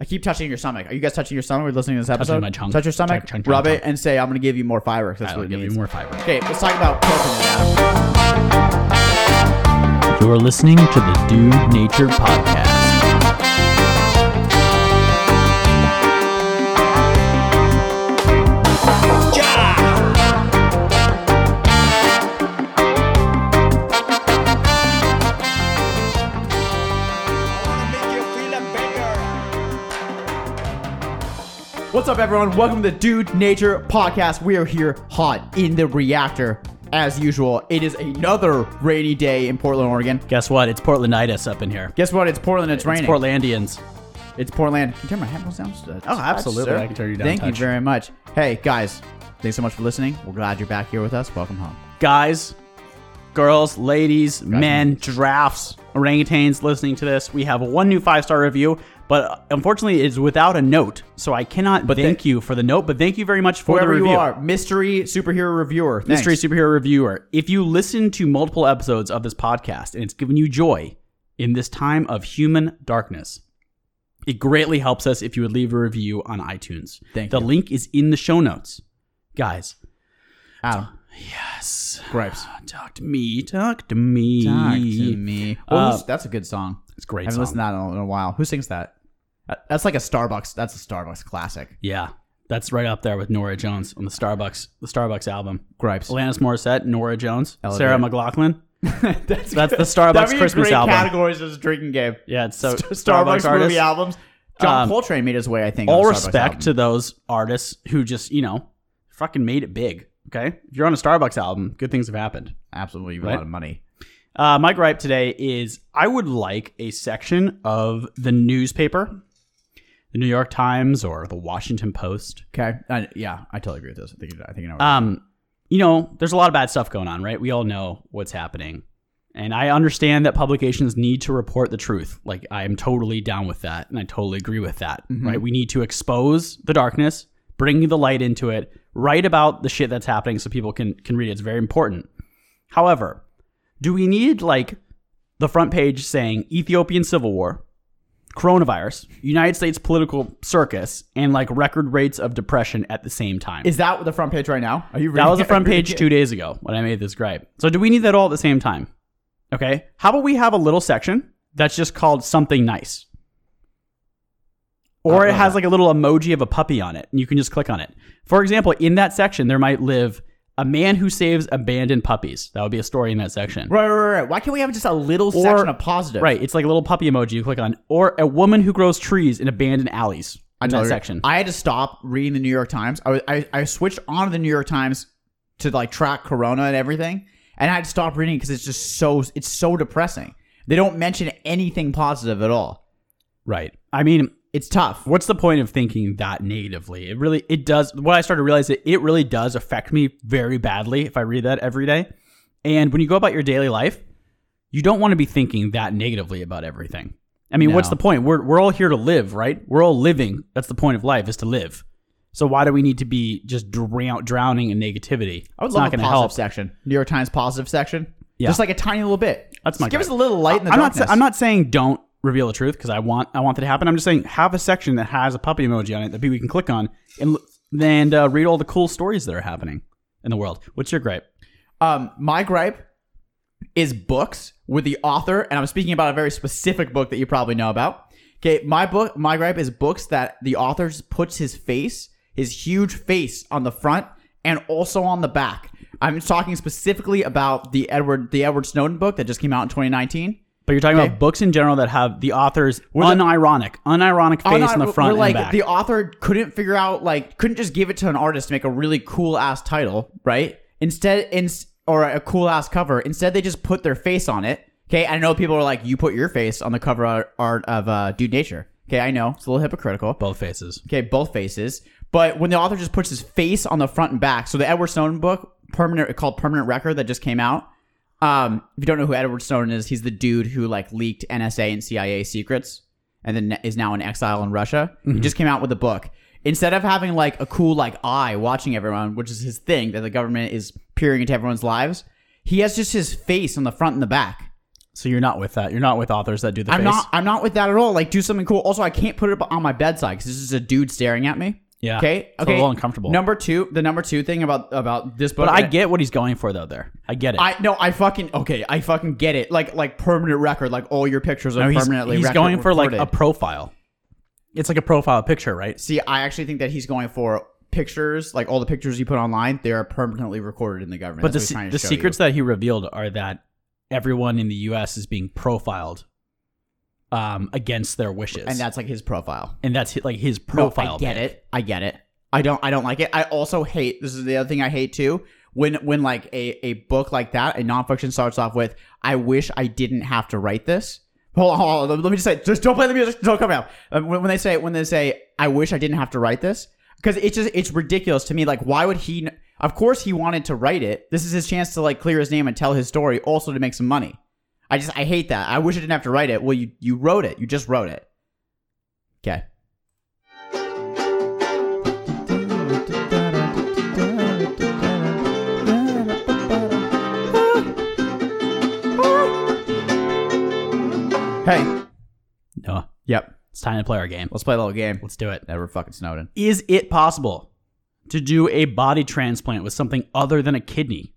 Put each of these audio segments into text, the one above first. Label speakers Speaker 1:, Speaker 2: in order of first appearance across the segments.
Speaker 1: I keep touching your stomach. Are you guys touching your stomach? Are you listening to this episode?
Speaker 2: my chunk.
Speaker 1: Touch your stomach,
Speaker 2: Chunk, chunk, chunk,
Speaker 1: rub it,
Speaker 2: chunk.
Speaker 1: and say, I'm going to give you more fiber. 'cause That's
Speaker 2: I
Speaker 1: what
Speaker 2: will
Speaker 1: it
Speaker 2: give you
Speaker 1: means.
Speaker 2: more fiber.
Speaker 1: Okay, let's talk about coconut now.
Speaker 2: You're listening to the Do Nature Podcast.
Speaker 1: What's up, everyone? Welcome to Dude Nature Podcast. We are here hot in the reactor. As usual, it is another rainy day in Portland, Oregon.
Speaker 2: Guess what? It's Portlanditis up in here.
Speaker 1: Guess what? It's Portland. It's raining.
Speaker 2: It's Portlandians.
Speaker 1: It's Portland. Can you turn my headphones down? just a touch,
Speaker 2: Oh, absolutely.
Speaker 1: sir?
Speaker 2: I can turn you down a
Speaker 1: Thank
Speaker 2: touch.
Speaker 1: you very much. Hey, guys. Thanks so much for listening. We're glad you're back here with us. Welcome home.
Speaker 2: Guys, girls, ladies, men, giraffes, orangutans listening to this. We have one new five star review, but unfortunately, it's without a note. So I cannot but thank you for the note, but thank you very much for
Speaker 1: Whoever
Speaker 2: the
Speaker 1: you
Speaker 2: review.
Speaker 1: are, mystery superhero reviewer. Thanks.
Speaker 2: Mystery Superhero Reviewer, if you listen to multiple episodes of this podcast and it's given you joy in this time of human darkness, it greatly helps us if you would leave a review on iTunes.
Speaker 1: Thank
Speaker 2: the
Speaker 1: you.
Speaker 2: link is in the show notes. Guys,
Speaker 1: Adam.
Speaker 2: yes.
Speaker 1: Gripes.
Speaker 2: Talk to me, talk to me.
Speaker 1: Talk to me.
Speaker 2: Uh,
Speaker 1: Well, who's- that's a good song.
Speaker 2: It's a great
Speaker 1: I haven't
Speaker 2: song.
Speaker 1: listened to that in a- in a while. Who sings that? That- That's like a Starbucks. That's a Starbucks classic.
Speaker 2: Yeah. That's right up there with Nora Jones on the Starbucks the Starbucks album.
Speaker 1: Gripes.
Speaker 2: Alanis Morissette, Nora Jones,
Speaker 1: Elevate.
Speaker 2: Sarah McLaughlin.
Speaker 1: that's
Speaker 2: That's the Starbucks Christmas album.
Speaker 1: Categories as a drinking game.
Speaker 2: Yeah, it's so
Speaker 1: Starbucks,
Speaker 2: artists.
Speaker 1: movie albums. John
Speaker 2: Um,
Speaker 1: Coltrane made his way, I think.
Speaker 2: all
Speaker 1: on a Starbucks
Speaker 2: respect
Speaker 1: album.
Speaker 2: to those artists who just you know fucking made it big okay if you're on a starbucks album good things have happened
Speaker 1: absolutely a
Speaker 2: Right?
Speaker 1: lot of money.
Speaker 2: uh, my gripe today is i would like a section of the newspaper the new york times or the washington post
Speaker 1: Okay, I, yeah, I totally agree with this. I think I think I know. what-
Speaker 2: um, you know there's a lot of bad stuff going on right we all know what's happening and i understand that publications need to report the truth like i am totally down with that and i totally agree with that right we need to expose the darkness bring the light into it write about the shit that's happening so people can can read it it's very important however do we need like the front page saying ethiopian civil war coronavirus united states political circus and like record rates of depression at the same time
Speaker 1: is that the front page right now? Are you? Reading
Speaker 2: that was the
Speaker 1: it?
Speaker 2: front page two days ago when I made this gripe. So do we need that all at the same time? Okay. How about we have a little section that's just called something nice? Or
Speaker 1: I
Speaker 2: it
Speaker 1: love
Speaker 2: has
Speaker 1: that.
Speaker 2: like a little emoji of a puppy on it, and you can just click on it. For example, in that section, there might live a man who saves abandoned puppies. That would be a story in that section.
Speaker 1: Right, right, right, right. Why can't we have just a little section of positive?
Speaker 2: Right. It's like a little puppy emoji you click on. Or a woman who grows trees in abandoned alleys
Speaker 1: I
Speaker 2: in that
Speaker 1: totally agree.
Speaker 2: section.
Speaker 1: I had to stop reading the New York Times. I, was, I I switched on to the New York Times to like track Corona and everything, and I had to stop reading because it's just so it's so depressing. They don't mention anything positive at all.
Speaker 2: right. I mean,
Speaker 1: It's tough.
Speaker 2: what's the point of thinking that negatively? It really it does what I started to realize that it really does affect me very badly if I read that every day. And when you go about your daily life, you don't want to be thinking that negatively about everything. I mean, what's
Speaker 1: No.
Speaker 2: the point? We're we're all here to live, right? We're all living. That's the point of life is to live. So why do we need to be just drown, drowning in negativity?
Speaker 1: I would
Speaker 2: it's
Speaker 1: love
Speaker 2: not
Speaker 1: a
Speaker 2: going to
Speaker 1: positive
Speaker 2: help.
Speaker 1: section. New York Times positive section.
Speaker 2: Yeah.
Speaker 1: Just like a tiny little bit.
Speaker 2: That's
Speaker 1: Just
Speaker 2: my
Speaker 1: Give
Speaker 2: gripe.
Speaker 1: us a little light in the
Speaker 2: I'm not.
Speaker 1: darkness.
Speaker 2: sa- I'm not saying don't reveal the truth because I want. I want that to happen. I'm just saying have a section that has a puppy emoji on it that people can click on and l- and uh, read all the cool stories that are happening in the world. What's your gripe?
Speaker 1: Um, my gripe is books with the author, and I'm speaking about a very specific book that you probably know about. Okay, my book, my gripe is books that the author just puts his face, his huge face, on the front and also on the back. I'm talking specifically about the Edward, the Edward Snowden book that just came out in 2019.
Speaker 2: But you're talking about books in general that have the author's unironic, unironic face
Speaker 1: Oh, no,
Speaker 2: on the
Speaker 1: we're-
Speaker 2: front
Speaker 1: we're like
Speaker 2: and back.
Speaker 1: the author couldn't figure out like couldn't just give it to an artist to make a really cool ass title right instead in or a cool ass cover instead they just put their face on it okay i know people are like you put your face on the cover ar- art of uh, dude nature okay i know it's a little hypocritical
Speaker 2: Both faces.
Speaker 1: okay both faces but when the author just puts his face on the front and back so the edward snowden book permanent called permanent record that just came out um, if you don't know who edward snowden is he's the dude who like leaked nsa and cia secrets and then is now in exile in russia he just came out with a book instead of having like a cool like eye watching everyone which is his thing that the government is peering into everyone's lives he has just his face on the front and the back
Speaker 2: So you're not with that. You're not with authors that do the
Speaker 1: I'm
Speaker 2: face.
Speaker 1: not. I'm not with that at all. Like, do something cool. Also, I can't put it up on my bedside because this is a dude staring at me.
Speaker 2: Yeah.
Speaker 1: Okay.
Speaker 2: Ah, It's a
Speaker 1: Okay.
Speaker 2: little uncomfortable.
Speaker 1: Number two, the number two thing about about this book. eh,
Speaker 2: but I get what he's going for though. There, I get it.
Speaker 1: I no. I fucking okay. I fucking get it. Like like permanent record. Like all your pictures are
Speaker 2: No, he's,
Speaker 1: permanently.
Speaker 2: he's
Speaker 1: record-
Speaker 2: going for like a
Speaker 1: recorded.
Speaker 2: profile. It's like a profile picture, right?
Speaker 1: See, I actually think that he's going for pictures. Like all the pictures you put online, they are permanently recorded in the government.
Speaker 2: But the,
Speaker 1: That's what he's trying
Speaker 2: se-
Speaker 1: to
Speaker 2: the
Speaker 1: show
Speaker 2: secrets that he revealed are that everyone in the U.S. is being profiled um, against their wishes,
Speaker 1: you. and that's like his profile.
Speaker 2: and that's hi- like his
Speaker 1: No,
Speaker 2: profile.
Speaker 1: I get it. I get it. I don't. I don't like it. I also hate. This is the other thing I hate too. When when like a a book like that, a nonfiction starts off with, "I wish I didn't have to write this." Hold on, hold on. Let me just say, just don't play the music. Don't come out. Uh, When, when they say when they say, "I wish I didn't have to write this," because it's just it's ridiculous to me. Like, why would he? kn- Of course, he wanted to write it. This is his chance to like clear his name and tell his story, also to make some money. I just I hate that. I wish I didn't have to write it. Well, you you wrote it. You just wrote it. Okay. Hey.
Speaker 2: No,
Speaker 1: Yep.
Speaker 2: it's time to play our game.
Speaker 1: Let's play a little game.
Speaker 2: Let's do it.
Speaker 1: Never fucking Snowden.
Speaker 2: Is it possible to do a body transplant with something other than a kidney?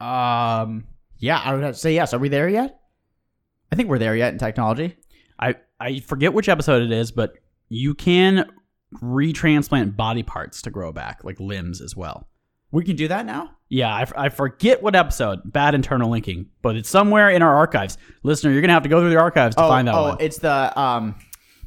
Speaker 1: Um. Yeah, I would have to say yes. Are we there yet? I think we're there yet in technology.
Speaker 2: I I forget which episode it is, but you can retransplant body parts to grow back, like limbs as well.
Speaker 1: We can do that now.
Speaker 2: Yeah, I, f- I forget what episode. Bad internal linking, but it's somewhere in our archives. Listener, you're gonna have to go through the archives to
Speaker 1: oh,
Speaker 2: find that
Speaker 1: oh,
Speaker 2: one.
Speaker 1: it's the um,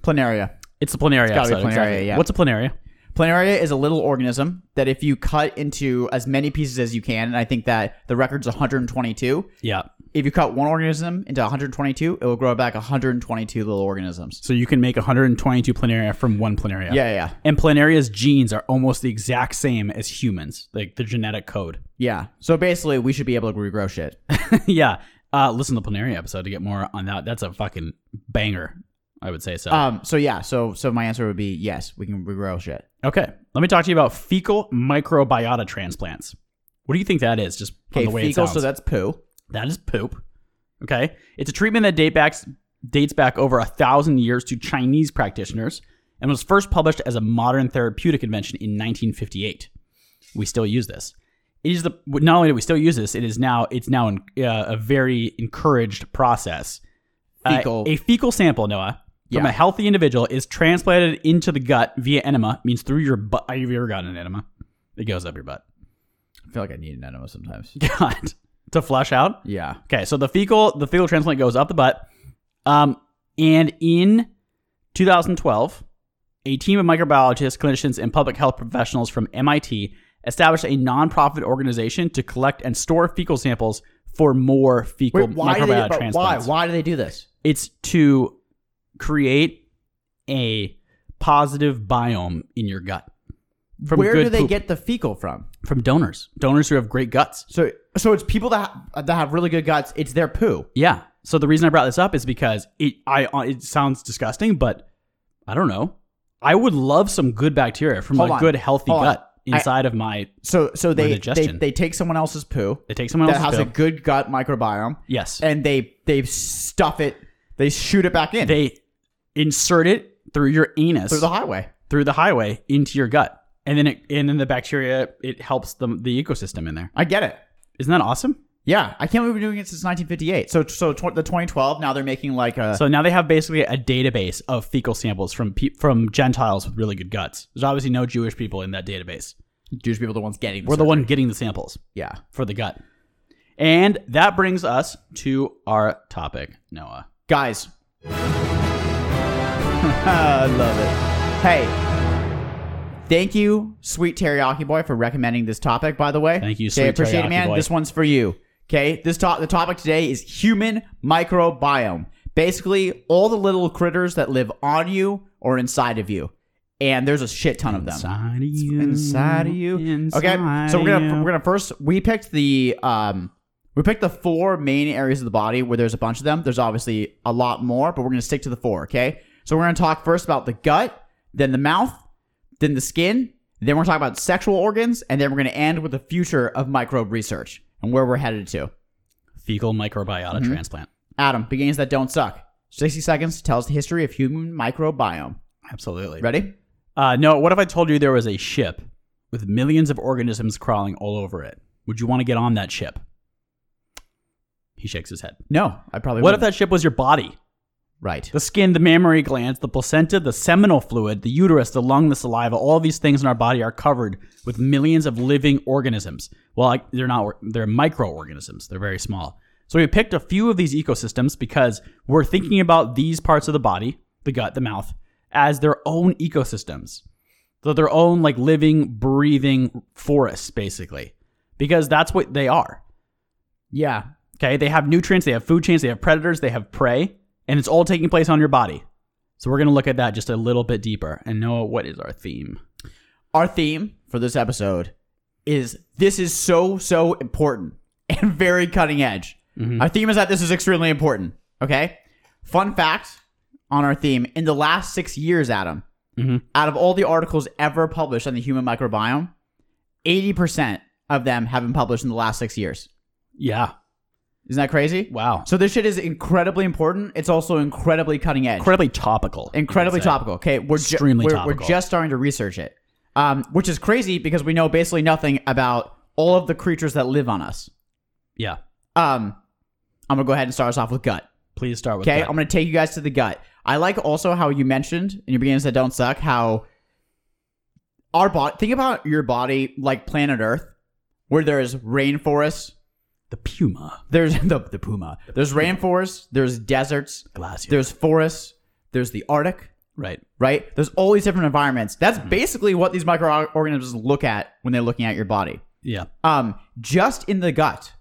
Speaker 1: planaria.
Speaker 2: it's a planaria
Speaker 1: gotta be
Speaker 2: episode.
Speaker 1: planaria,
Speaker 2: exactly.
Speaker 1: yeah.
Speaker 2: What's a planaria?
Speaker 1: Planaria is a little organism that if you cut into as many pieces as you can, and I think that the record's 122.
Speaker 2: Yeah.
Speaker 1: If you cut one organism into 122, it will grow back 122 little organisms.
Speaker 2: So you can make 122 planaria from one planaria.
Speaker 1: Yeah, yeah,
Speaker 2: And planaria's genes are almost the exact same as humans, like the genetic code.
Speaker 1: yeah. So basically, we should be able to regrow shit.
Speaker 2: yeah. Uh, listen to the planaria episode to get more on that. That's a fucking banger. I would say so.
Speaker 1: Um. So yeah. So so my answer would be yes, we can regrow shit.
Speaker 2: okay. Let me talk to you about fecal microbiota transplants. What do you think that is? Just from
Speaker 1: Okay,
Speaker 2: the way it
Speaker 1: fecal.
Speaker 2: sounds.
Speaker 1: So that's poo.
Speaker 2: That is poop. Okay. It's a treatment that date back, dates back over a thousand years to Chinese practitioners and was first published as a modern therapeutic invention in 1958. We still use this. It is the not only do we still use this, it is now it's now in, uh, a very encouraged process. Uh,
Speaker 1: Fecal.
Speaker 2: a fecal sample, Noah, from
Speaker 1: Yeah.
Speaker 2: a healthy individual is transplanted into the gut via enema. Means through your butt. Have you ever gotten an enema? It goes up your butt.
Speaker 1: I feel like I need an enema sometimes.
Speaker 2: God, to flush out.
Speaker 1: Yeah.
Speaker 2: Okay, so the fecal the fecal transplant goes up the butt, um, and in 2012, a team of microbiologists, clinicians, and public health professionals from MIT established a nonprofit organization to collect and store fecal samples for more fecal
Speaker 1: Wait, why? Do they,
Speaker 2: microbiota
Speaker 1: but why?
Speaker 2: transplants.
Speaker 1: Why do they do this?
Speaker 2: It's to create a positive biome in your gut from
Speaker 1: Where
Speaker 2: good
Speaker 1: do they
Speaker 2: poop-
Speaker 1: get the fecal from?
Speaker 2: from donors, donors who have great guts.
Speaker 1: So so it's people that ha- that have really good guts. It's their poo.
Speaker 2: Yeah. So the reason I brought this up is because it I uh, it sounds disgusting, but I don't know. I would love some good bacteria from
Speaker 1: Hold
Speaker 2: a
Speaker 1: on.
Speaker 2: good healthy
Speaker 1: Hold on.
Speaker 2: gut inside of my.
Speaker 1: So so they they,
Speaker 2: digestion.
Speaker 1: they take someone else's poo
Speaker 2: They take someone
Speaker 1: that
Speaker 2: else's
Speaker 1: has
Speaker 2: pill.
Speaker 1: a good gut microbiome
Speaker 2: yes.
Speaker 1: and they they stuff it. They shoot it back in
Speaker 2: they insert it through your anus
Speaker 1: through the highway.
Speaker 2: highway into your gut, and then it and then the bacteria it helps the the ecosystem in there.
Speaker 1: I get it.
Speaker 2: Isn't that awesome?
Speaker 1: Yeah, I can't believe we've been doing it since 1958. So so tw- the 2012 now they're making like a
Speaker 2: So now they have basically a database of fecal samples from pe- from Gentiles with really good guts. There's obviously no Jewish people in that database.
Speaker 1: Jewish people the ones getting
Speaker 2: We're the one getting the samples.
Speaker 1: yeah.
Speaker 2: for the gut. And that brings us to our topic, Noah.
Speaker 1: Guys. I love it. Hey. Thank you, Sweet Teriyaki Boy, for recommending this topic, by the way.
Speaker 2: Thank you,
Speaker 1: Okay, I
Speaker 2: Sweet
Speaker 1: appreciate it,
Speaker 2: Teriyaki
Speaker 1: man.
Speaker 2: Boy.
Speaker 1: This one's for you. Okay. This to- the topic today is human microbiome. Basically, all the little critters that live on you or inside of you. And there's a shit ton of them
Speaker 2: Inside of you.
Speaker 1: inside of
Speaker 2: Mm,
Speaker 1: you. okay, so we're gonna we're gonna first we picked the um we picked the four main areas of the body where there's a bunch of them. There's obviously a lot more, but we're gonna stick to the four. Okay, so we're gonna talk first about the gut, then the mouth, then the skin, then we're gonna talk about sexual organs, and then we're gonna end with the future of microbe research and where we're headed to.
Speaker 2: fecal microbiota
Speaker 1: Mm-hmm.
Speaker 2: transplant.
Speaker 1: Adam, beginnings that don't suck. 60 seconds tells the history of human microbiome.
Speaker 2: Absolutely.
Speaker 1: Ready?
Speaker 2: Uh, no, what if I told you there was a ship with millions of organisms crawling all over it? Would you want to get on that ship? He shakes his head.
Speaker 1: No, I probably
Speaker 2: What if
Speaker 1: wouldn't.
Speaker 2: that ship was your body?
Speaker 1: Right.
Speaker 2: The skin, the mammary glands, the placenta, the seminal fluid, the uterus, the lung, the saliva, all these things in our body are covered with millions of living organisms. Well, like, they're not, or- they're microorganisms. They're very small. So we picked a few of these ecosystems because we're thinking about these parts of the body, the gut, the mouth, as their own ecosystems. So their own like living, breathing forests, basically, because that's what they are.
Speaker 1: Yeah.
Speaker 2: Okay, they have nutrients, they have food chains, they have predators, they have prey, and it's all taking place on your body. So we're gonna look at that just a little bit deeper and know what is our theme.
Speaker 1: Our theme for this episode is this is so, so important and very cutting edge. Our theme is that this is extremely important. Okay. Fun fact on our theme in the last six years, Adam,
Speaker 2: Mhm.
Speaker 1: out of all the articles ever published on the human microbiome, 80% of them have been published in the last six years.
Speaker 2: Yeah.
Speaker 1: Isn't that crazy?
Speaker 2: Wow.
Speaker 1: So this shit is incredibly important. It's also incredibly cutting edge,
Speaker 2: Incredibly topical.
Speaker 1: incredibly
Speaker 2: you could say.
Speaker 1: topical. Okay, we're ju-
Speaker 2: Extremely
Speaker 1: we're,
Speaker 2: topical.
Speaker 1: We're just starting to research it, um, which is crazy because we know basically nothing about all of the creatures that live on us.
Speaker 2: Yeah.
Speaker 1: Um, I'm gonna go ahead and start us off with gut.
Speaker 2: Please start with
Speaker 1: Okay,
Speaker 2: that.
Speaker 1: I'm gonna take you guys to the gut. I like also how you mentioned in your beginnings that don't suck how our body. Think about your body like planet Earth, where there is rainforests.
Speaker 2: the puma
Speaker 1: There's the, the puma. There's rainforests. There's deserts.
Speaker 2: glacier.
Speaker 1: There's forests. There's the Arctic,
Speaker 2: right.
Speaker 1: right? There's all these different environments. That's basically what these microorganisms look at when they're looking at your body.
Speaker 2: Yeah.
Speaker 1: Um, just in the gut,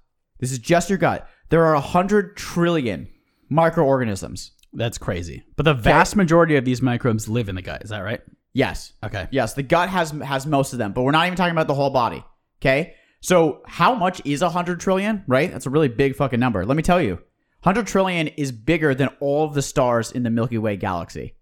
Speaker 1: this is just your gut. There are a hundred trillion microorganisms.
Speaker 2: That's crazy. But the vast majority of these microbes live in the gut. Is that right?
Speaker 1: Yes,
Speaker 2: Okay.
Speaker 1: yes, the gut has has most of them, but we're not even talking about the whole body. Okay, so how much is a hundred trillion? Right, that's a really big fucking number. Let me tell you, hundred trillion is bigger than all of the stars in the Milky Way galaxy.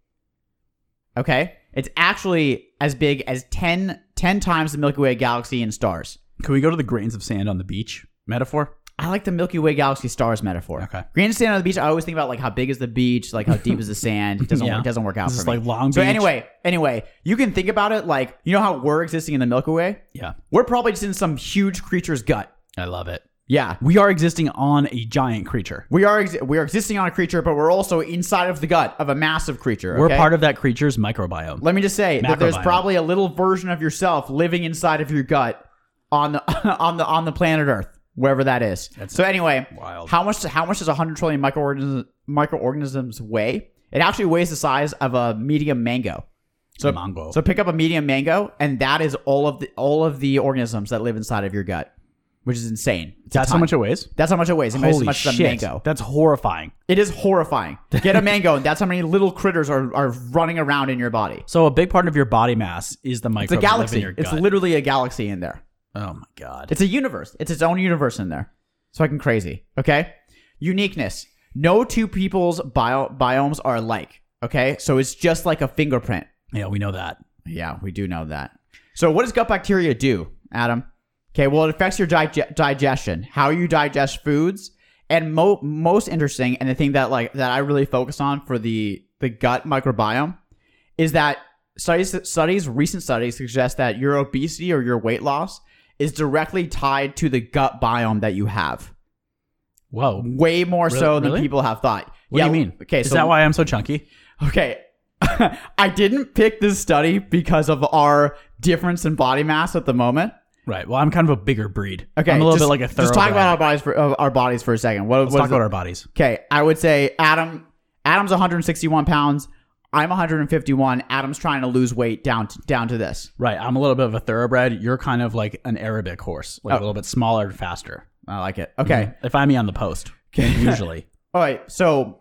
Speaker 1: Okay, it's actually as big as 10, 10 times the Milky Way galaxy in stars.
Speaker 2: Can we go to the grains of sand on the beach metaphor?
Speaker 1: I like the Milky Way galaxy stars metaphor.
Speaker 2: Okay.
Speaker 1: Green sand on the beach. I always think about like how big is the beach, like how deep is the sand. It doesn't
Speaker 2: Yeah.
Speaker 1: it doesn't work out
Speaker 2: This
Speaker 1: for
Speaker 2: is
Speaker 1: me.
Speaker 2: like Long
Speaker 1: so
Speaker 2: Beach.
Speaker 1: anyway, anyway, you can think about it like you know how we're existing in the Milky Way.
Speaker 2: Yeah.
Speaker 1: We're probably just in some huge creature's gut.
Speaker 2: I love it.
Speaker 1: Yeah.
Speaker 2: We are existing on a giant creature.
Speaker 1: We are ex- we are existing on a creature, but we're also inside of the gut of a massive creature.
Speaker 2: We're
Speaker 1: okay?
Speaker 2: part of that creature's microbiome.
Speaker 1: Let me just say that there's
Speaker 2: Macrobiome.
Speaker 1: probably a little version of yourself living inside of your gut on the on the on the planet Earth, wherever that is. so anyway,
Speaker 2: wild.
Speaker 1: how much how much does 100 trillion microorganisms, microorganisms weigh? It actually weighs the size of a medium mango. So
Speaker 2: Mongo.
Speaker 1: So pick up a medium mango, and that is all of the all of the organisms that live inside of your gut, which is insane. It's a
Speaker 2: That's how
Speaker 1: ton.
Speaker 2: much it weighs?
Speaker 1: That's how much it weighs. It weighs as
Speaker 2: Holy
Speaker 1: much as a
Speaker 2: shit.
Speaker 1: mango.
Speaker 2: That's horrifying.
Speaker 1: It is horrifying. Get a mango, and that's how many little critters are, are running around in your body.
Speaker 2: So a big part of your body mass is
Speaker 1: It's a
Speaker 2: the microbes that live in
Speaker 1: galaxy.
Speaker 2: your
Speaker 1: It's
Speaker 2: gut.
Speaker 1: literally a galaxy in there.
Speaker 2: oh my god.
Speaker 1: It's a universe. It's its own universe in there. It's fucking crazy. Okay. Uniqueness. No two people's bio- biomes are alike. Okay. So it's just like a fingerprint.
Speaker 2: Yeah, we know that.
Speaker 1: Yeah, we do know that. So what does gut bacteria do, Adam? Okay. Well, it affects your dig- digestion, how you digest foods, and mo- most interesting, and the thing that like that I really focus on for the the gut microbiome is that studies studies recent studies suggest that your obesity or your weight loss is directly tied to the gut biome that you have.
Speaker 2: Whoa.
Speaker 1: Way more so than
Speaker 2: Really?
Speaker 1: people have thought.
Speaker 2: What do you mean?
Speaker 1: Okay,
Speaker 2: is
Speaker 1: so
Speaker 2: that why I'm so chunky?
Speaker 1: okay, I didn't pick this study because of our difference in body mass at the moment.
Speaker 2: Right. Well, I'm kind of a bigger breed.
Speaker 1: Okay,
Speaker 2: I'm a little
Speaker 1: just-
Speaker 2: bit like a thoroughbred.
Speaker 1: Just talk about our bodies for uh, our bodies for a second. What,
Speaker 2: Let's
Speaker 1: what
Speaker 2: talk
Speaker 1: is the-
Speaker 2: about our bodies.
Speaker 1: Okay, I would say Adam. Adam's 161 pounds. I'm 151. Adam's trying to lose weight down to, down to this.
Speaker 2: Right. I'm a little bit of a thoroughbred. You're kind of like an Arabic horse, like
Speaker 1: Oh.
Speaker 2: a little bit smaller and faster.
Speaker 1: I like it. Okay.
Speaker 2: They find me Mm-hmm. on the post. Usually.
Speaker 1: All right. So,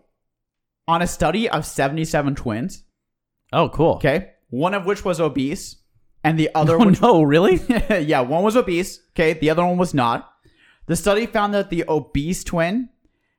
Speaker 1: on a study of 77 twins,
Speaker 2: Oh, cool.
Speaker 1: okay, one of which was obese, and the other
Speaker 2: Oh
Speaker 1: one
Speaker 2: no, really?
Speaker 1: yeah, one was obese. Okay, the other one was not. The study found that the obese twin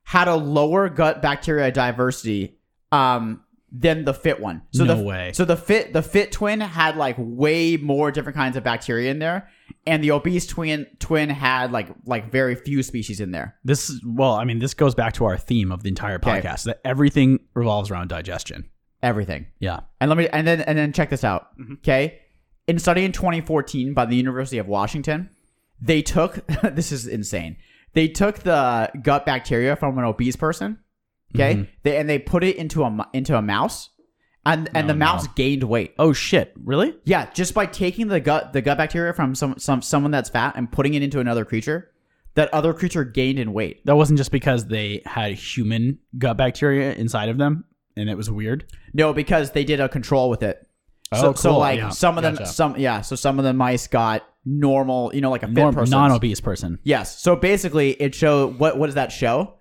Speaker 1: had a lower gut bacteria diversity um, than the fit one. So
Speaker 2: No
Speaker 1: the
Speaker 2: way.
Speaker 1: so the fit the fit twin had like way more different kinds of bacteria in there, and the obese twin twin had like like very few species in there.
Speaker 2: This is, well, I mean, this goes back to our theme of the entire
Speaker 1: Okay.
Speaker 2: podcast that everything revolves around digestion.
Speaker 1: Everything.
Speaker 2: Yeah.
Speaker 1: And let me and then and then check this out. Okay. In a study in 2014 by the University of Washington, they took this is insane. They took the gut bacteria from an obese person, okay? They and they put it into a mo- into a mouse and and the mouse gained weight.
Speaker 2: Oh shit! Really?
Speaker 1: Yeah, just by taking the gut the gut bacteria from some some someone that's fat and putting it into another creature, that other creature gained in weight.
Speaker 2: That wasn't just because they had human gut bacteria inside of them, and it was weird.
Speaker 1: No, because they did a control with it.
Speaker 2: Oh,
Speaker 1: So, so
Speaker 2: cool.
Speaker 1: like
Speaker 2: Yeah.
Speaker 1: some of them,
Speaker 2: Gotcha.
Speaker 1: some yeah, so some of the mice got normal, you know, like a fit
Speaker 2: Norm-
Speaker 1: person.
Speaker 2: non-obese person.
Speaker 1: Yes. So basically, it show what what does that show?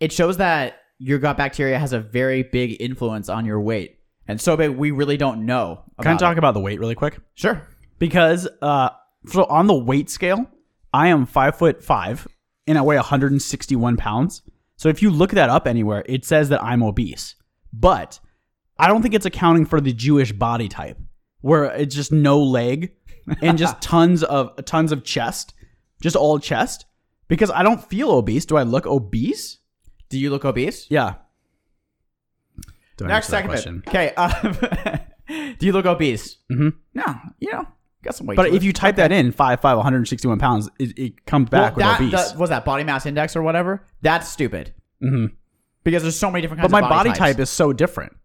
Speaker 1: It shows that your gut bacteria has a very big influence on your weight, and so big we really don't know. About
Speaker 2: Can I talk
Speaker 1: it.
Speaker 2: about the weight really quick?
Speaker 1: Sure.
Speaker 2: Because uh, so on the weight scale, I am five foot five, and I weigh 161 pounds. So if you look that up anywhere, it says that I'm obese, but I don't think it's accounting for the Jewish body type, where it's just no leg and just tons of tons of chest, just all chest. Because I don't feel obese. Do I look obese?
Speaker 1: Do you look obese?
Speaker 2: Yeah.
Speaker 1: Next segment. Okay. Um, do you look obese? Mm-hmm. No. You know, got some weight.
Speaker 2: But if you type that in, 5'5", 161 pounds, it, it comes back
Speaker 1: that,
Speaker 2: with obese.
Speaker 1: that- was that body mass index or whatever, that's stupid.
Speaker 2: Mhm.
Speaker 1: Because there's so many different
Speaker 2: but
Speaker 1: kinds.
Speaker 2: my
Speaker 1: of
Speaker 2: body,
Speaker 1: body,
Speaker 2: type
Speaker 1: types.
Speaker 2: is so different.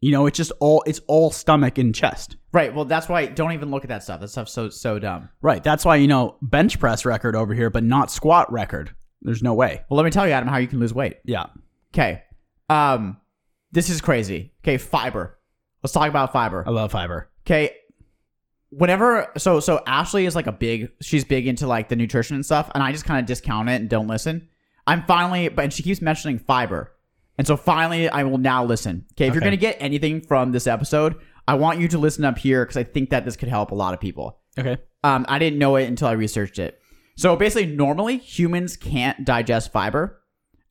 Speaker 2: You know, it's just all it's all stomach and chest.
Speaker 1: right. Well, that's why don't even look at that stuff. That stuff's so so dumb.
Speaker 2: Right. That's why you know bench press record over here, but not squat record. There's no way.
Speaker 1: Well, let me tell you, Adam, how you can lose weight.
Speaker 2: Yeah.
Speaker 1: Okay. Um, this is crazy. Okay, fiber. Let's talk about fiber.
Speaker 2: I love fiber.
Speaker 1: Okay. Whenever so so Ashley is like a big she's big into like the nutrition and stuff, and I just kind of discount it and don't listen. I'm finally but and she keeps mentioning fiber. And so finally I will now listen. Okay, if you're
Speaker 2: Okay.
Speaker 1: gonna get anything from this episode, I want you to listen up here because I think that this could help a lot of people.
Speaker 2: Okay.
Speaker 1: Um, I didn't know it until I researched it. So basically, normally humans can't digest fiber,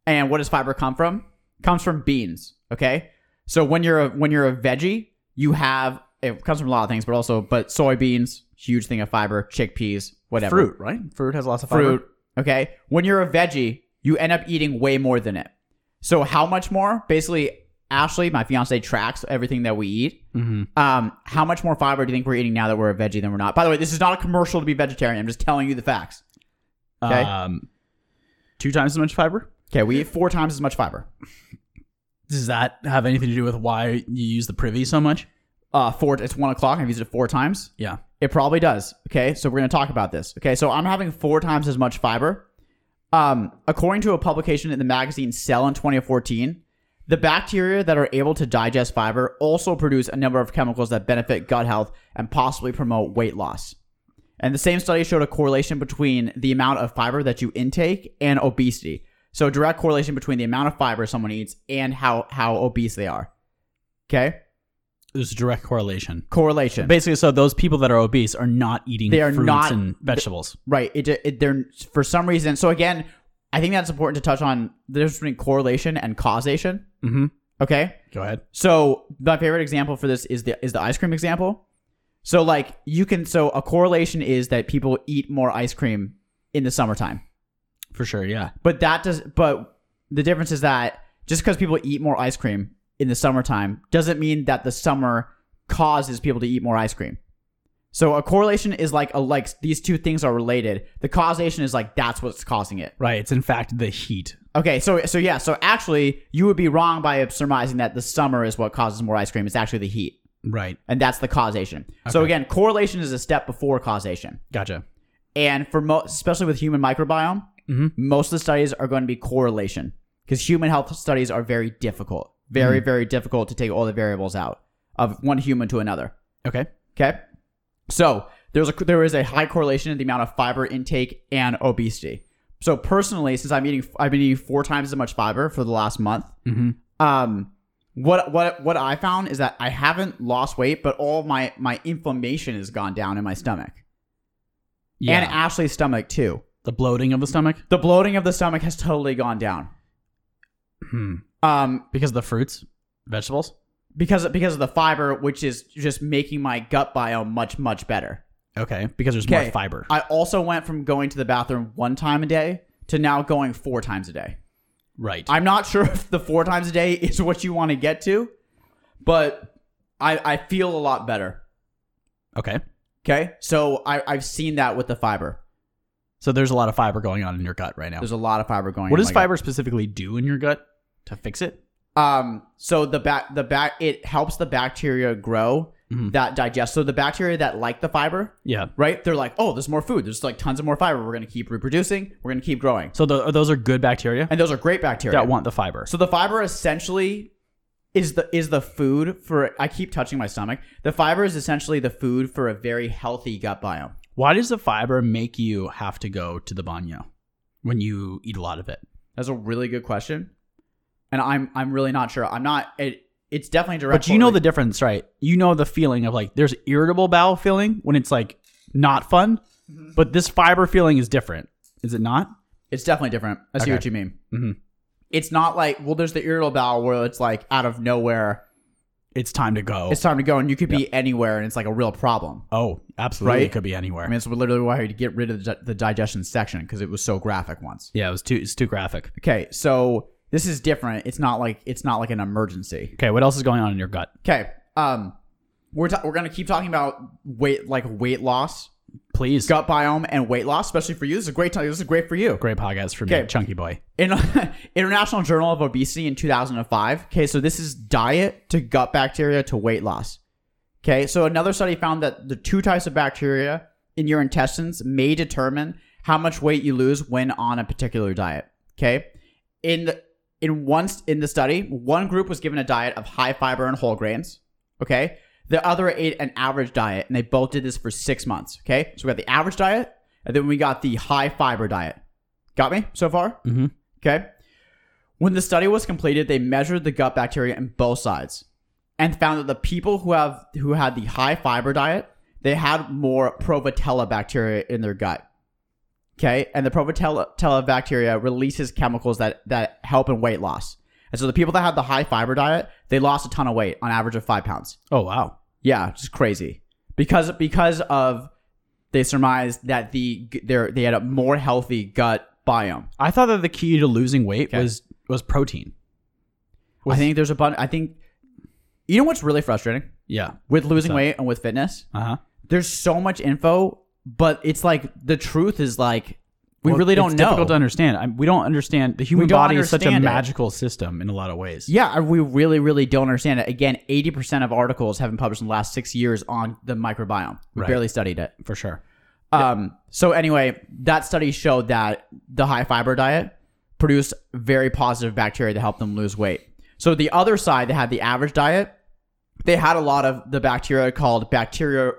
Speaker 1: and what does fiber come from? Comes from beans. Okay, so when you're a, when you're a veggie, you have it comes from a lot of things, but also but soybeans, huge thing of fiber, chickpeas, whatever
Speaker 2: Fruit, right? Fruit has lots of fiber.
Speaker 1: fruit. Okay. When you're a veggie, you end up eating way more than it. So how much more? Basically, Ashley, my fiance, tracks everything that we eat. Um, how much more fiber do you think we're eating now that we're a veggie than we're not? By the way, this is not a commercial to be vegetarian. I'm just telling you the facts. Okay.
Speaker 2: Um, two times as much fiber.
Speaker 1: Okay, we eat four times as much fiber.
Speaker 2: Does that have anything to do with why you use the privy so much?
Speaker 1: Uh, four. It's one o'clock. I've used it four times.
Speaker 2: Yeah.
Speaker 1: It probably does. Okay, so we're gonna talk about this. Okay, so I'm having four times as much fiber. Um, according to a publication in the magazine Cell in 2014, the bacteria that are able to digest fiber also produce a number of chemicals that benefit gut health and possibly promote weight loss. And the same study showed a correlation between the amount of fiber that you intake and obesity. So a direct correlation between the amount of fiber someone eats and how how obese they are. Okay,
Speaker 2: There's a direct correlation.
Speaker 1: correlation.
Speaker 2: Basically, so those people that are obese are not eating
Speaker 1: They are
Speaker 2: fruits
Speaker 1: not-
Speaker 2: and vegetables.
Speaker 1: Right. It, it they're for some reason. So again, I think that's important to touch on the difference between correlation and causation.
Speaker 2: Mm-hmm.
Speaker 1: Okay.
Speaker 2: Go ahead.
Speaker 1: So my favorite example for this is the is the ice cream example. So like you can so a correlation is that people eat more ice cream in the summertime.
Speaker 2: For sure. Yeah.
Speaker 1: But that does but the difference is that just because people eat more ice cream in the summertime doesn't mean that the summer causes people to eat more ice cream. So a correlation is like a like these two things are related. The causation is like that's what's causing it.
Speaker 2: Right. It's in fact the heat.
Speaker 1: Okay, so so yeah, so actually you would be wrong by surmising that the summer is what causes more ice cream. It's actually the heat.
Speaker 2: Right.
Speaker 1: And that's the causation. So again, correlation is a step before causation.
Speaker 2: Gotcha.
Speaker 1: And for most, especially with human microbiome, most of the studies are going to be correlation because human health studies are very difficult, very very difficult to take all the variables out of one human to another.
Speaker 2: Okay.
Speaker 1: Okay, so there's a there is a high correlation in the amount of fiber intake and obesity. So personally, since I'm eating, I've been eating four times as much fiber for the last month. Um, what what what I found is that I haven't lost weight, but all my my inflammation has gone down in my stomach
Speaker 2: Yeah.
Speaker 1: and Ashley's stomach too.
Speaker 2: the bloating of the stomach
Speaker 1: The bloating of the stomach has totally gone down.
Speaker 2: Hmm.
Speaker 1: Um,
Speaker 2: because of the fruits, vegetables.
Speaker 1: because because of the fiber, which is just making my gut biome much much better.
Speaker 2: Okay, because there's more
Speaker 1: Okay.
Speaker 2: fiber.
Speaker 1: I also went from going to the bathroom one time a day to now going four times a day.
Speaker 2: right.
Speaker 1: I'm not sure if the four times a day is what you want to get to, but I I feel a lot better.
Speaker 2: okay.
Speaker 1: Okay, so I I've seen that with the fiber.
Speaker 2: So there's a lot of fiber going on in your gut right now.
Speaker 1: There's a lot of fiber going.
Speaker 2: What
Speaker 1: on
Speaker 2: does
Speaker 1: my gut.
Speaker 2: fiber specifically do in your gut to fix it?
Speaker 1: Um, so the back, the back, it helps the bacteria grow
Speaker 2: Mhm.
Speaker 1: that digest. So the bacteria that like the fiber,
Speaker 2: Yeah.
Speaker 1: right? They're like, oh, there's more food. There's like tons of more fiber. We're gonna keep reproducing. We're gonna keep growing.
Speaker 2: So the, those are good bacteria
Speaker 1: And those are great bacteria.
Speaker 2: that want the fiber.
Speaker 1: So the fiber essentially is the is the food for. I keep touching my stomach. The fiber is essentially the food for a very healthy gut biome.
Speaker 2: Why does the fiber make you have to go to the baño when you eat a lot of it?
Speaker 1: That's a really good question, and I'm I'm really not sure. I'm not. It, it's definitely direct.
Speaker 2: But you know the
Speaker 1: correlation.
Speaker 2: difference, right? You know the feeling of like there's irritable bowel feeling when it's like not fun, but this fiber feeling is different. Is it not?
Speaker 1: It's definitely different. I see
Speaker 2: Okay.
Speaker 1: what you mean.
Speaker 2: Mhm.
Speaker 1: It's not like well, there's the irritable bowel where it's like out of nowhere,
Speaker 2: It's time to go.
Speaker 1: it's time to go, and you could be anywhere, and it's like a real problem.
Speaker 2: oh, absolutely. It
Speaker 1: Right?
Speaker 2: could be anywhere.
Speaker 1: I mean, it's literally why I had to get rid of the, the digestion section because it was so graphic once.
Speaker 2: yeah, it was too it's too graphic.
Speaker 1: Okay, so this is different. It's not like it's not like an emergency.
Speaker 2: Okay, what else is going on in your gut?
Speaker 1: Okay, um, we're ta- we're gonna keep talking about weight like weight loss,
Speaker 2: Please.
Speaker 1: gut biome, and weight loss, especially for you. This is a great time. This is great for you.
Speaker 2: Great podcast for me,
Speaker 1: Okay.
Speaker 2: Chunky Boy.
Speaker 1: in International Journal of Obesity in 2005. Okay, so this is diet to gut bacteria to weight loss. Okay, so another study found that the two types of bacteria in your intestines may determine how much weight you lose when on a particular diet. Okay, in the, in one in the study, one group was given a diet of high fiber and whole grains. Okay, the other ate an average diet, and they both did this for six months. Okay, so we got the average diet, and then we got the high fiber diet. Got me so far?
Speaker 2: Mhm.
Speaker 1: Okay. When the study was completed, they measured the gut bacteria in both sides and found that the people who have who had the high fiber diet, they had more Provotella bacteria in their gut. Okay, and the Provotella Tella bacteria releases chemicals that that help in weight loss. And so the people that had the high fiber diet, they lost a ton of weight, on average of five pounds.
Speaker 2: Oh wow.
Speaker 1: Yeah, just crazy because because of they surmised that the their they had a more healthy gut biome.
Speaker 2: I thought that the key to losing weight
Speaker 1: Okay.
Speaker 2: was was protein.
Speaker 1: I think there's a bunch. I think you know what's really frustrating
Speaker 2: Yeah.
Speaker 1: with losing weight and with fitness.
Speaker 2: Uh-huh.
Speaker 1: There's so much info, but it's like the truth is like we really don't
Speaker 2: it's
Speaker 1: know.
Speaker 2: Difficult to understand. I, we don't understand. The human
Speaker 1: don't
Speaker 2: body is such a
Speaker 1: understand it.
Speaker 2: magical system in a lot of ways.
Speaker 1: yeah, I- we really, really don't understand it. Again, 80% of articles have been published in the last six years on the microbiome. We
Speaker 2: Right.
Speaker 1: barely studied it.
Speaker 2: for sure.
Speaker 1: Um, so anyway, that study showed that the high fiber diet produced very positive bacteria to help them lose weight. So the other side that had the average diet, they had a lot of the bacteria called bacteria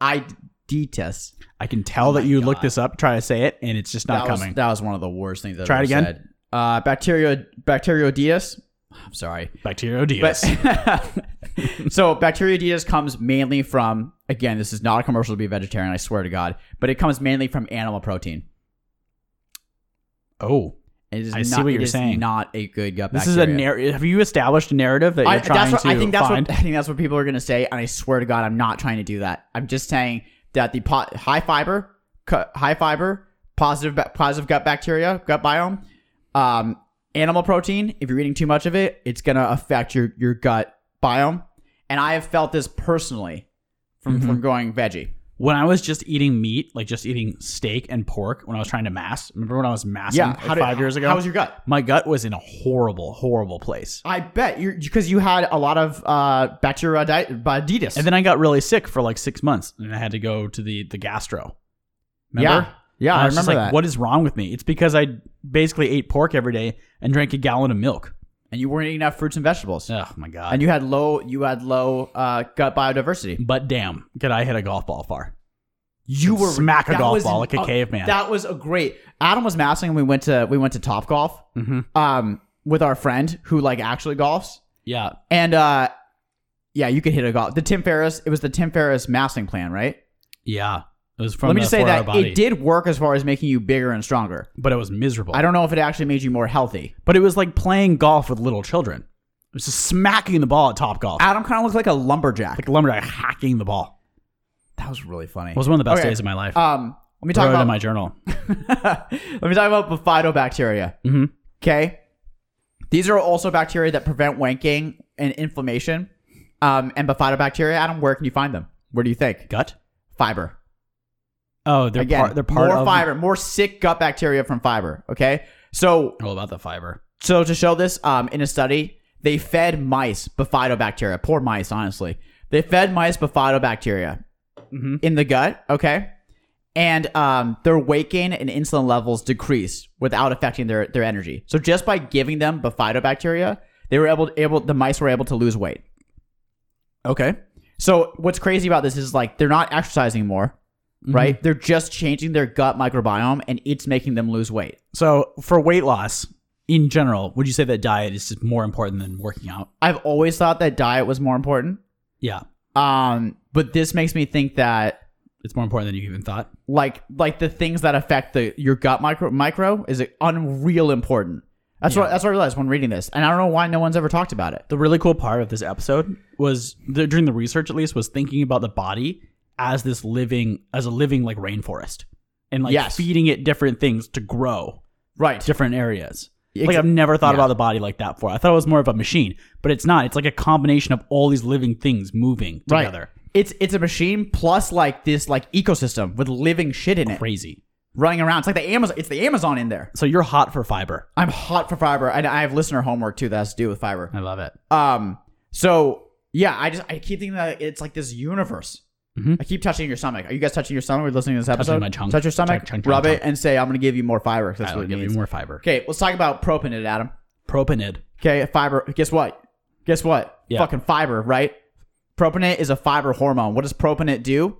Speaker 1: bacteroidetes.
Speaker 2: I can tell that you looked this up, try to say it, and it's just not
Speaker 1: that
Speaker 2: coming.
Speaker 1: Was, that was one of the worst things. I've
Speaker 2: Try it
Speaker 1: ever
Speaker 2: again.
Speaker 1: Said. Uh, bacteria bacteroidetes. I'm sorry.
Speaker 2: Bacteroides.
Speaker 1: But so bacteroidetes comes mainly from again, this is not a commercial to be vegetarian. I swear to God, but it comes mainly from animal protein.
Speaker 2: oh,
Speaker 1: It is
Speaker 2: I
Speaker 1: not,
Speaker 2: see what
Speaker 1: it
Speaker 2: you're
Speaker 1: is
Speaker 2: saying.
Speaker 1: Not a good gut
Speaker 2: this
Speaker 1: bacteria.
Speaker 2: is a narrative. Have you established a narrative that you're
Speaker 1: I,
Speaker 2: trying
Speaker 1: that's what,
Speaker 2: to
Speaker 1: I think that's
Speaker 2: find?
Speaker 1: what I think that's what people are going to say, and I swear to God, I'm not trying to do that. I'm just saying that the po- high fiber, cu- high fiber, positive ba- positive gut bacteria, gut biome, um, animal protein. If you're eating too much of it, it's going to affect your your gut biome. And I have felt this personally from
Speaker 2: Mm-hmm.
Speaker 1: from going veggie.
Speaker 2: when I was just eating meat, like just eating steak and pork, when I was trying to mass. Remember when I was massing
Speaker 1: Yeah,
Speaker 2: like
Speaker 1: how did-
Speaker 2: five years ago?
Speaker 1: How was your gut?
Speaker 2: My gut was in a horrible, horrible place.
Speaker 1: I bet you because you had a lot of uh, bacteria di- bacterias.
Speaker 2: And then I got really sick for like six months, and I had to go to the the gastro. Remember?
Speaker 1: Yeah, yeah,
Speaker 2: And
Speaker 1: I,
Speaker 2: was just
Speaker 1: remember
Speaker 2: like,
Speaker 1: that.
Speaker 2: What is wrong with me? It's because I basically ate pork every day and drank a gallon of milk.
Speaker 1: and you weren't eating enough fruits and vegetables,
Speaker 2: Oh my god!
Speaker 1: and you had low you had low uh, gut biodiversity.
Speaker 2: but damn, could I hit a golf ball far? You were smack a
Speaker 1: That
Speaker 2: golf
Speaker 1: was
Speaker 2: ball
Speaker 1: an-
Speaker 2: like a
Speaker 1: uh,
Speaker 2: caveman.
Speaker 1: That was a great. Adam was massing, and we went to we went to Top Golf
Speaker 2: Mhm.
Speaker 1: um, with our friend who like actually golfs,
Speaker 2: yeah,
Speaker 1: and uh, yeah, you could hit a golf. The Tim Ferriss, it was the Tim Ferriss massing plan, right?
Speaker 2: yeah. It was from
Speaker 1: Let me just say that
Speaker 2: body,
Speaker 1: it did work as far as making you bigger and stronger.
Speaker 2: but it was miserable.
Speaker 1: I don't know if it actually made you more healthy.
Speaker 2: but it was like playing golf with little children. was just smacking the ball at Top Golf.
Speaker 1: Adam kind of looked like a lumberjack.
Speaker 2: Like lumberjack hacking the ball.
Speaker 1: That was really funny.
Speaker 2: It was one of the best
Speaker 1: Okay.
Speaker 2: days of my life.
Speaker 1: Um, let me talk
Speaker 2: Wrote it
Speaker 1: about
Speaker 2: in my journal.
Speaker 1: let me talk about bifidobacteria.
Speaker 2: Mhm.
Speaker 1: Okay, these are also bacteria that prevent wanking and inflammation. Um, and bifidobacteria, Adam, where can you find them? Where do you think?
Speaker 2: Gut.
Speaker 1: Fiber.
Speaker 2: Oh, they're
Speaker 1: Again,
Speaker 2: part. They're part
Speaker 1: more
Speaker 2: of.
Speaker 1: fiber, more sick gut bacteria from fiber. Okay, so
Speaker 2: All Oh, about the fiber.
Speaker 1: so to show this, um, in a study, they fed mice bifidobacteria. Poor mice, honestly. They fed mice bifidobacteria
Speaker 2: Mhm.
Speaker 1: in the gut. Okay, and um, their weight gain and insulin levels decreased without affecting their their energy. So just by giving them bifidobacteria, they were able able the mice were able to lose weight.
Speaker 2: Okay.
Speaker 1: So what's crazy about this is like they're not exercising more,
Speaker 2: Mm-hmm.
Speaker 1: right? They're just changing their gut microbiome, and it's making them lose weight.
Speaker 2: So for weight loss in general, would you say that diet is just more important than working out?
Speaker 1: I've always thought that diet was more important.
Speaker 2: Yeah,
Speaker 1: Um, but this makes me think that
Speaker 2: it's more important than you even thought.
Speaker 1: like like the things that affect the your gut micro micro is unreal important. That's what that's what I realized when reading this, and I don't know why no one's ever talked about it.
Speaker 2: The really cool part of this episode was the, during the research, at least, was thinking about the body as this living, as a living like rainforest, and like
Speaker 1: Yes.
Speaker 2: feeding it different things to grow
Speaker 1: Right.
Speaker 2: different areas.
Speaker 1: Ex-
Speaker 2: like I've never thought
Speaker 1: yeah.
Speaker 2: about the body like that before. I thought it was more of a machine, but it's not. It's like a combination of all these living things moving
Speaker 1: Right.
Speaker 2: together.
Speaker 1: It's it's a machine plus like this like ecosystem with living shit in it
Speaker 2: Crazy.
Speaker 1: running around. It's like the Amazon. It's the Amazon in there.
Speaker 2: So you're hot for fiber.
Speaker 1: I'm hot for fiber, and I have listener homework too that has to do with fiber.
Speaker 2: I love it.
Speaker 1: Um. So yeah, I just I keep thinking that it's like this universe.
Speaker 2: Mhm.
Speaker 1: I keep touching your stomach. Are you guys touching your stomach? We're listening to this episode.
Speaker 2: Touching my chunk.
Speaker 1: Touch your stomach.
Speaker 2: Chunk, chunk,
Speaker 1: rub
Speaker 2: chunk,
Speaker 1: it and say, "I'm going to give you more fiber." 'cause That's
Speaker 2: That'll
Speaker 1: what it
Speaker 2: give you
Speaker 1: means.
Speaker 2: more fiber.
Speaker 1: Okay, let's talk about propinid, Adam.
Speaker 2: Propinid.
Speaker 1: Okay, fiber. Guess what? Guess what?
Speaker 2: Yeah.
Speaker 1: Fucking fiber, right? Propinid is a fiber hormone. What does propinid do?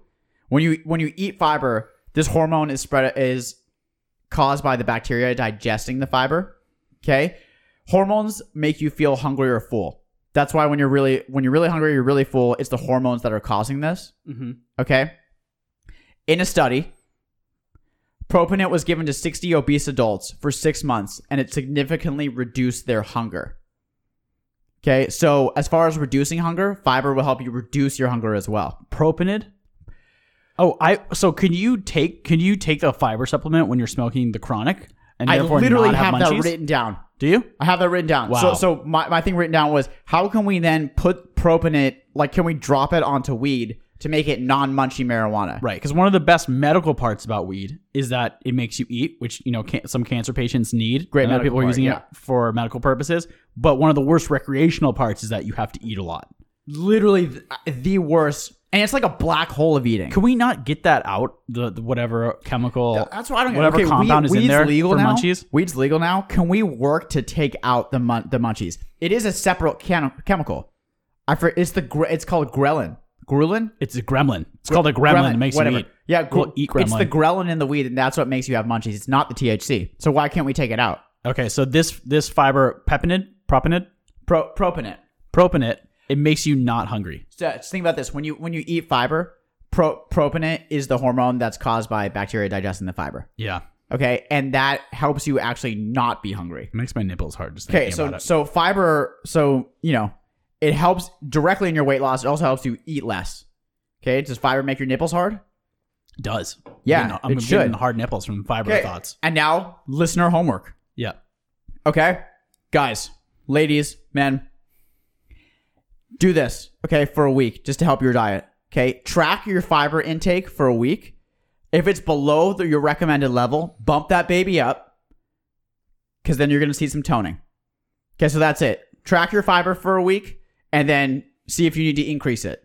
Speaker 1: When you when you eat fiber, this hormone is spread is caused by the bacteria digesting the fiber. Okay? Hormones make you feel hungry or full. That's why when you're really when you're really hungry, you're really full, it's the hormones that are causing this.
Speaker 2: Mm-hmm.
Speaker 1: Okay. In a study, propinate was given to 60 obese adults for six months, and it significantly reduced their hunger. Okay, so as far as reducing hunger, fiber will help you reduce your hunger as well.
Speaker 2: propinid. Oh, I so can you take can you take a fiber supplement when you're smoking the chronic and
Speaker 1: I
Speaker 2: therefore
Speaker 1: literally
Speaker 2: not have,
Speaker 1: have,
Speaker 2: munchies?
Speaker 1: that written down.
Speaker 2: Do you?
Speaker 1: I have that written down.
Speaker 2: Wow.
Speaker 1: So, so my, my thing written down was how can we then put propinate, like, can we drop it onto weed to make it non munchy marijuana?
Speaker 2: Right, because one of the best medical parts about weed is that it makes you eat, which you know can, some cancer patients need.
Speaker 1: Great
Speaker 2: and other
Speaker 1: medical
Speaker 2: people are
Speaker 1: part,
Speaker 2: using
Speaker 1: yeah.
Speaker 2: it for medical purposes. But one of the worst recreational parts is that you have to eat a lot.
Speaker 1: Literally th- the worst. And it's like a black hole of eating.
Speaker 2: Can we not get that out? The, the whatever chemical,
Speaker 1: That's what I don't
Speaker 2: whatever
Speaker 1: okay, weed-
Speaker 2: compound is in
Speaker 1: weed's
Speaker 2: there
Speaker 1: legal
Speaker 2: for
Speaker 1: now?
Speaker 2: munchies.
Speaker 1: Weed's legal now. Can we work to take out the mun- the munchies? It is a separate can- chemical. I for- it's the gre- it's called ghrelin. Grelin?
Speaker 2: It's a gremlin. It's called a gremlin. It makes
Speaker 1: whatever.
Speaker 2: you eat.
Speaker 1: Yeah, gr-
Speaker 2: We'll eat
Speaker 1: It's
Speaker 2: gremlin.
Speaker 1: the ghrelin in the weed, and that's what makes you have munchies. It's not the THC. So why can't we take it out?
Speaker 2: Okay, so this this fiber, pepinid, propinid,
Speaker 1: Pro- propinate.
Speaker 2: propinate, it makes you not hungry.
Speaker 1: So just think about this: when you when you eat fiber, pro- propinate is the hormone that's caused by bacteria digesting the fiber.
Speaker 2: Yeah,
Speaker 1: Okay, and that helps you actually not be hungry.
Speaker 2: it makes my nipples hard just
Speaker 1: Okay,
Speaker 2: thinking
Speaker 1: so
Speaker 2: about it.
Speaker 1: so fiber, so you know, it helps directly in your weight loss. It also helps you eat less. Okay, does fiber make your nipples hard?
Speaker 2: It does.
Speaker 1: Yeah,
Speaker 2: I'm getting- I'm
Speaker 1: it
Speaker 2: getting
Speaker 1: should.
Speaker 2: hard nipples from fiber
Speaker 1: Okay,
Speaker 2: thoughts.
Speaker 1: And now listener homework.
Speaker 2: Yeah,
Speaker 1: Okay, guys, ladies, men, do this. Okay, for a week just to help your diet. Okay, track your fiber intake for a week. If it's below the, your recommended level, bump that baby up, because then you're gonna see some toning. Okay, so that's it. Track your fiber for a week and then see if you need to increase it.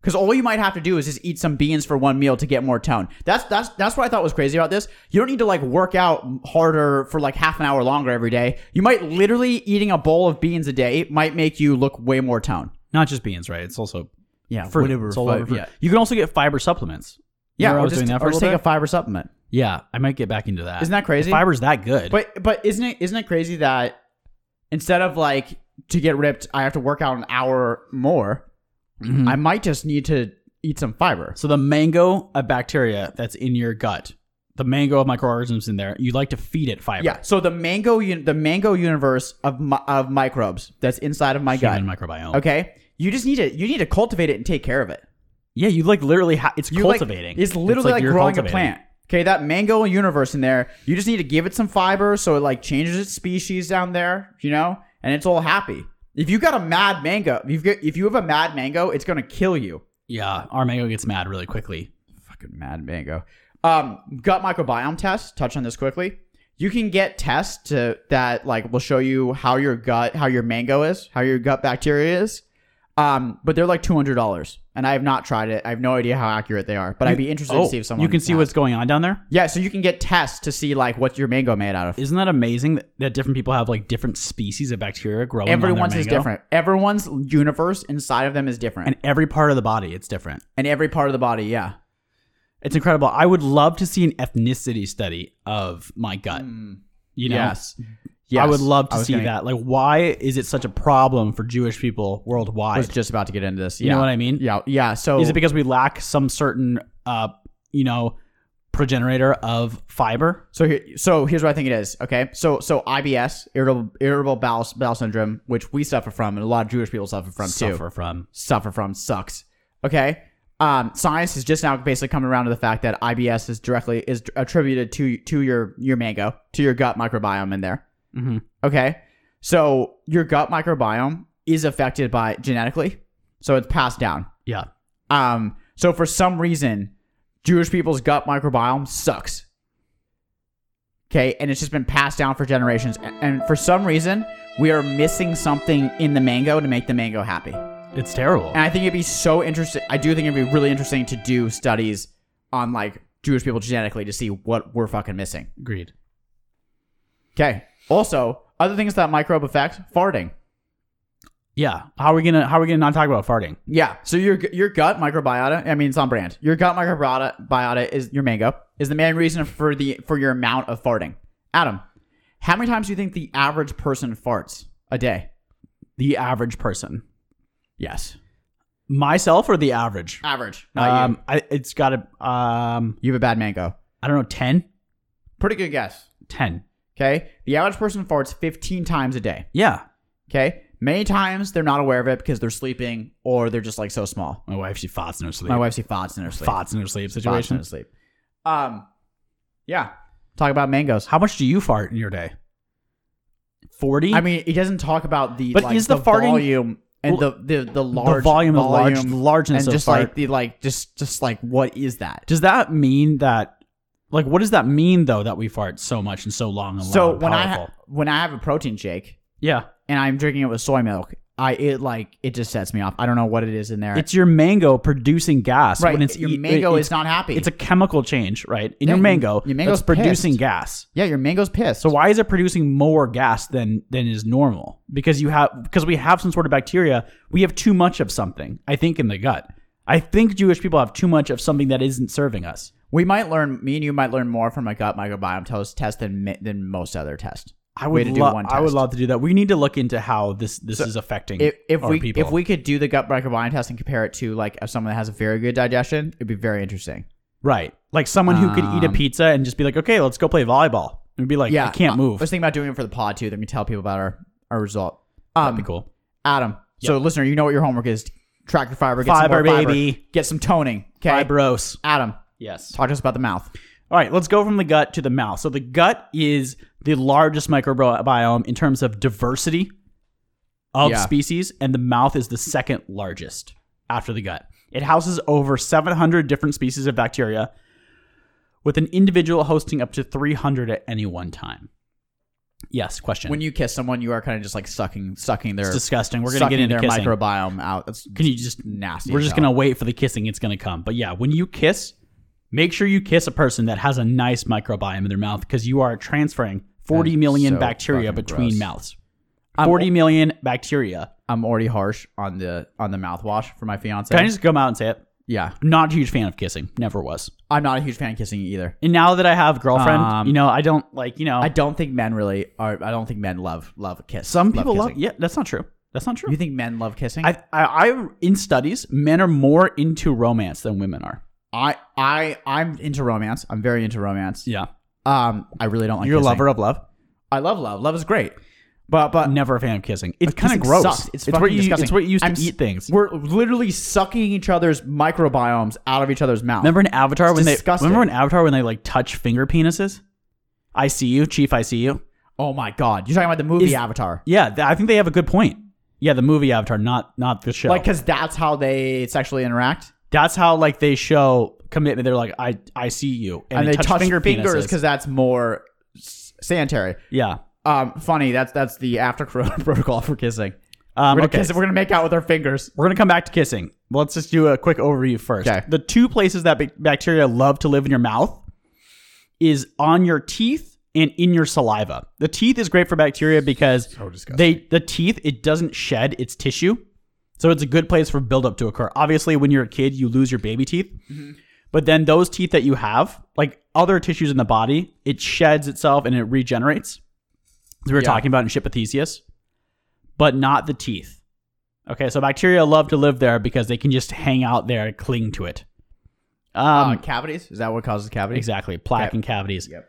Speaker 1: Because all you might have to do is just eat some beans for one meal to get more tone. That's that's that's what I thought was crazy about this. You don't need to like work out harder for like half an hour longer every day. You might literally eating a bowl of beans a day might make you look way more tone.
Speaker 2: not just beans, right? It's also
Speaker 1: Yeah,
Speaker 2: fruit.
Speaker 1: whatever.
Speaker 2: It's all over
Speaker 1: fu-
Speaker 2: fruit.
Speaker 1: yeah,
Speaker 2: You can also get fiber supplements.
Speaker 1: yeah,
Speaker 2: Remember I
Speaker 1: or
Speaker 2: was
Speaker 1: just,
Speaker 2: doing that for
Speaker 1: or
Speaker 2: a
Speaker 1: just
Speaker 2: little
Speaker 1: take a
Speaker 2: bit?
Speaker 1: fiber supplement.
Speaker 2: Yeah, I might get back into that.
Speaker 1: Isn't that crazy?
Speaker 2: Fiber's that good?
Speaker 1: But but isn't it isn't it crazy that instead of like to get ripped, I have to work out an hour more.
Speaker 2: Mhm.
Speaker 1: I might just need to eat some fiber.
Speaker 2: so the mango, a bacteria that's in your gut, the mango of microorganisms in there. You like to feed it fiber.
Speaker 1: Yeah. So the mango, un- the mango universe of mi- of microbes that's inside of my gut.
Speaker 2: Human microbiome.
Speaker 1: Okay. You just need to you need to cultivate it and take care of it.
Speaker 2: Yeah, you like literally ha- it's
Speaker 1: You like-
Speaker 2: cultivating.
Speaker 1: it's literally like,
Speaker 2: you're
Speaker 1: growing a
Speaker 2: cultivating.
Speaker 1: plant. Okay, that mango universe in there, you just need to give it some fiber so it like changes its species down there, you know, and it's all happy. If you got a mad mango, if you get, if you have a mad mango, it's gonna kill you.
Speaker 2: Yeah, our mango gets mad really quickly.
Speaker 1: Fucking mad mango. Um, gut microbiome test. Touch on this quickly. You can get tests to, that like will show you how your gut, how your mango is, how your gut bacteria is. Um, but they're like two hundred dollars, and I have not tried it. I have no idea how accurate they are, but I'd be interested to see if someone
Speaker 2: oh, You can see
Speaker 1: has.
Speaker 2: what's going on down there.
Speaker 1: Yeah, so you can get tests to see like what your mango made out of.
Speaker 2: Isn't that amazing that, that different people have like different species of bacteria growing? on their
Speaker 1: Everyone's is
Speaker 2: mango?
Speaker 1: different. Everyone's universe inside of them is different,
Speaker 2: and
Speaker 1: and,
Speaker 2: every part of the body it's different.
Speaker 1: every part of the body. Yeah,
Speaker 2: It's incredible. I would love to see an ethnicity study of my gut. You know,
Speaker 1: yes,
Speaker 2: I would love to
Speaker 1: I was
Speaker 2: see
Speaker 1: gonna-
Speaker 2: that. Like, why is it such a problem for Jewish people
Speaker 1: I
Speaker 2: worldwide?
Speaker 1: was just about to get into this. Yeah.
Speaker 2: You know what I mean?
Speaker 1: Yeah, yeah. So
Speaker 2: Is it because we lack some certain, uh, you know, progenitor of fiber?
Speaker 1: So here, so here's what I think it is. Okay, so so IBS, irritable irritable bowel bowel syndrome, which we suffer from, and a lot of Jewish people suffer from too.
Speaker 2: Suffer from.
Speaker 1: Suffer from sucks. Okay, um, science is just now basically coming around to the fact that IBS is directly is attributed to to your your mango, to your gut microbiome in there.
Speaker 2: Mhm.
Speaker 1: Okay, so your gut microbiome is affected by genetically, so it's passed down.
Speaker 2: Yeah.
Speaker 1: Um, so for some reason, Jewish people's gut microbiome sucks. Okay, and it's just been passed down for generations. And, and for some reason, we are missing something in the mango to make the mango happy. And
Speaker 2: It's terrible.
Speaker 1: I think it'd be so interesting. I do think it'd be really interesting to do studies on like Jewish people genetically to see what we're fucking missing.
Speaker 2: Agreed.
Speaker 1: Okay. Also, other things that microbe affects farting.
Speaker 2: Yeah. How are we gonna How are we gonna not talk about farting?
Speaker 1: Yeah. So your your gut microbiota, I mean, it's on brand. Your gut microbiota biota is your mango is the main reason for the for your amount of farting. Adam, how many times do you think the average person farts a day?
Speaker 2: The average person,
Speaker 1: Yes,
Speaker 2: myself or the average?
Speaker 1: average. Not
Speaker 2: Um, I, it's got to. Um,
Speaker 1: you. You have a bad mango.
Speaker 2: I don't know. 10?
Speaker 1: Pretty good guess.
Speaker 2: 10.
Speaker 1: Okay. The average person farts 15 times a day.
Speaker 2: Yeah.
Speaker 1: Okay. Many times they're not aware of it because they're sleeping or they're just like so small.
Speaker 2: My wife, she farts in her sleep.
Speaker 1: My wife she farts in her sleep.
Speaker 2: farts in her sleep
Speaker 1: Farts in
Speaker 2: situation.
Speaker 1: her sleep. Um, yeah. Talk about mangoes.
Speaker 2: How much do you fart in your day? 40?
Speaker 1: I mean, he doesn't talk about the
Speaker 2: But
Speaker 1: like,
Speaker 2: is the farting-
Speaker 1: volume and
Speaker 2: Well,
Speaker 1: the the the large
Speaker 2: volume of large- largeness
Speaker 1: and
Speaker 2: of
Speaker 1: just
Speaker 2: fart.
Speaker 1: like the like just just like what is that?
Speaker 2: does that mean that, like, what does that mean, though, that we fart so much and so long and
Speaker 1: So
Speaker 2: loud and
Speaker 1: when I
Speaker 2: powerful?
Speaker 1: ha- when I have a protein shake
Speaker 2: yeah.
Speaker 1: and I'm drinking it with soy milk, I it like it just sets me off. I don't know what it is in there.
Speaker 2: It's your mango producing gas.
Speaker 1: right.
Speaker 2: When it's
Speaker 1: your
Speaker 2: e-
Speaker 1: mango
Speaker 2: it-
Speaker 1: is not happy.
Speaker 2: It's a chemical change, right? In your
Speaker 1: your-
Speaker 2: mango,
Speaker 1: your mango's
Speaker 2: that's producing
Speaker 1: pissed.
Speaker 2: gas.
Speaker 1: yeah, your mango's pissed.
Speaker 2: So why is it producing more gas than than is normal? Because you have because we have some sort of bacteria. We have too much of something. I think in the gut. I think Jewish people have too much of something that isn't serving us.
Speaker 1: we might learn. Me and you might learn more from a gut microbiome test test than mi- than most other tests.
Speaker 2: I
Speaker 1: Way
Speaker 2: would
Speaker 1: to do
Speaker 2: love.
Speaker 1: one
Speaker 2: I would
Speaker 1: test.
Speaker 2: love to do that. We need to look into how this this is affecting
Speaker 1: If, if
Speaker 2: our
Speaker 1: we
Speaker 2: people.
Speaker 1: if we could do the gut microbiome test and compare it to like if someone that has a very good digestion, it'd be very interesting.
Speaker 2: right, like someone who could eat a
Speaker 1: Um,
Speaker 2: pizza and just be like, okay, let's go play volleyball, and be like,
Speaker 1: yeah, uh, um,
Speaker 2: I can't
Speaker 1: I
Speaker 2: move.
Speaker 1: was thinking about doing it for the pod too. Then we tell people about our our result. Um,
Speaker 2: That'd be cool.
Speaker 1: Adam. So listener, you know what your homework is: track your fiber, get
Speaker 2: Fiber,
Speaker 1: some more fiber,
Speaker 2: baby.
Speaker 1: get some toning. Okay,
Speaker 2: Fibros.
Speaker 1: Adam,
Speaker 2: Yes.
Speaker 1: talk to us about the mouth.
Speaker 2: All right, let's go from the gut to the mouth. So the gut is the largest microbiome in terms of diversity of
Speaker 1: Yeah.
Speaker 2: species, and the mouth is the second largest after the gut. It houses over 700 different species of bacteria, with an individual hosting up to 300 at any one time. Yes, question.
Speaker 1: When you kiss someone, you are kind of just like sucking, sucking their,
Speaker 2: it's disgusting. We're gonna
Speaker 1: sucking
Speaker 2: get into
Speaker 1: their
Speaker 2: kissing.
Speaker 1: microbiome out. That's
Speaker 2: Can you just
Speaker 1: nasty.
Speaker 2: We're
Speaker 1: as
Speaker 2: just
Speaker 1: hell.
Speaker 2: gonna wait for the kissing. It's gonna come. But yeah, when you kiss, make sure you kiss a person that has a nice microbiome in their mouth because you are transferring forty
Speaker 1: That's
Speaker 2: million
Speaker 1: so
Speaker 2: bacteria
Speaker 1: fucking
Speaker 2: between
Speaker 1: gross.
Speaker 2: mouths.
Speaker 1: I'm-
Speaker 2: Forty million bacteria.
Speaker 1: I'm already harsh on the on the mouthwash for my fiance.
Speaker 2: Can I just come out and say it?
Speaker 1: yeah,
Speaker 2: Not a huge fan of kissing. Never was.
Speaker 1: I'm not a huge fan of kissing either.
Speaker 2: And now that I have a girlfriend,
Speaker 1: Um,
Speaker 2: you know, I don't like. You know,
Speaker 1: I don't think men really are. I don't think men love love a kiss.
Speaker 2: some people love.
Speaker 1: kissing.
Speaker 2: Yeah, that's not true. That's not true.
Speaker 1: You think men love kissing?
Speaker 2: I, I, I, in studies, men are more into romance than women are.
Speaker 1: I I I'm into romance. I'm very into romance.
Speaker 2: Yeah.
Speaker 1: Um, I really don't like.
Speaker 2: You're a
Speaker 1: kissing.
Speaker 2: lover of love.
Speaker 1: I love love. Love is great. But but
Speaker 2: Never a fan of kissing. It's kind
Speaker 1: kissing
Speaker 2: of gross.
Speaker 1: sucks. It's fucking
Speaker 2: where you,
Speaker 1: disgusting.
Speaker 2: It's where you used
Speaker 1: I'm
Speaker 2: to
Speaker 1: s-
Speaker 2: eat things.
Speaker 1: we're literally sucking each other's microbiomes out of each other's mouth.
Speaker 2: Remember in Avatar when
Speaker 1: disgusting.
Speaker 2: they remember in Avatar when they like touch finger penises? I see you, Chief. I see you.
Speaker 1: Oh my god, you're talking about the movie
Speaker 2: Is-
Speaker 1: Avatar.
Speaker 2: Yeah, th- I think they have a good point. Yeah, the movie Avatar, not not the show.
Speaker 1: Like, cause that's how they sexually interact,
Speaker 2: that's how like they show commitment. They're like, I I see you, and,
Speaker 1: and,
Speaker 2: they, touch, finger
Speaker 1: fingers
Speaker 2: penises.
Speaker 1: because that's more s- sanitary.
Speaker 2: yeah.
Speaker 1: Um, funny. That's that's the after corona protocol for kissing.
Speaker 2: Um,
Speaker 1: We're gonna
Speaker 2: okay,
Speaker 1: kiss. We're gonna make out with our fingers.
Speaker 2: We're gonna come back to kissing. Well, let's just do a quick overview first.
Speaker 1: Okay.
Speaker 2: The two places that bac- bacteria love to live in your mouth is on your teeth and in your saliva. The teeth is great for bacteria because
Speaker 1: disgusting.
Speaker 2: they the teeth it doesn't shed its tissue, so it's a good place for buildup to occur. Obviously, when you're a kid, you lose your baby teeth,
Speaker 1: Mm-hmm.
Speaker 2: but then those teeth that you have, like other tissues in the body, it sheds itself and it regenerates. As we were
Speaker 1: Yeah.
Speaker 2: talking about in Shipathesius, but not the teeth. Okay, so bacteria love to live there because they can just hang out there and cling to it. Um,
Speaker 1: uh, cavities. Is that what causes cavities?
Speaker 2: exactly, plaque
Speaker 1: Yep.
Speaker 2: and cavities
Speaker 1: Yep.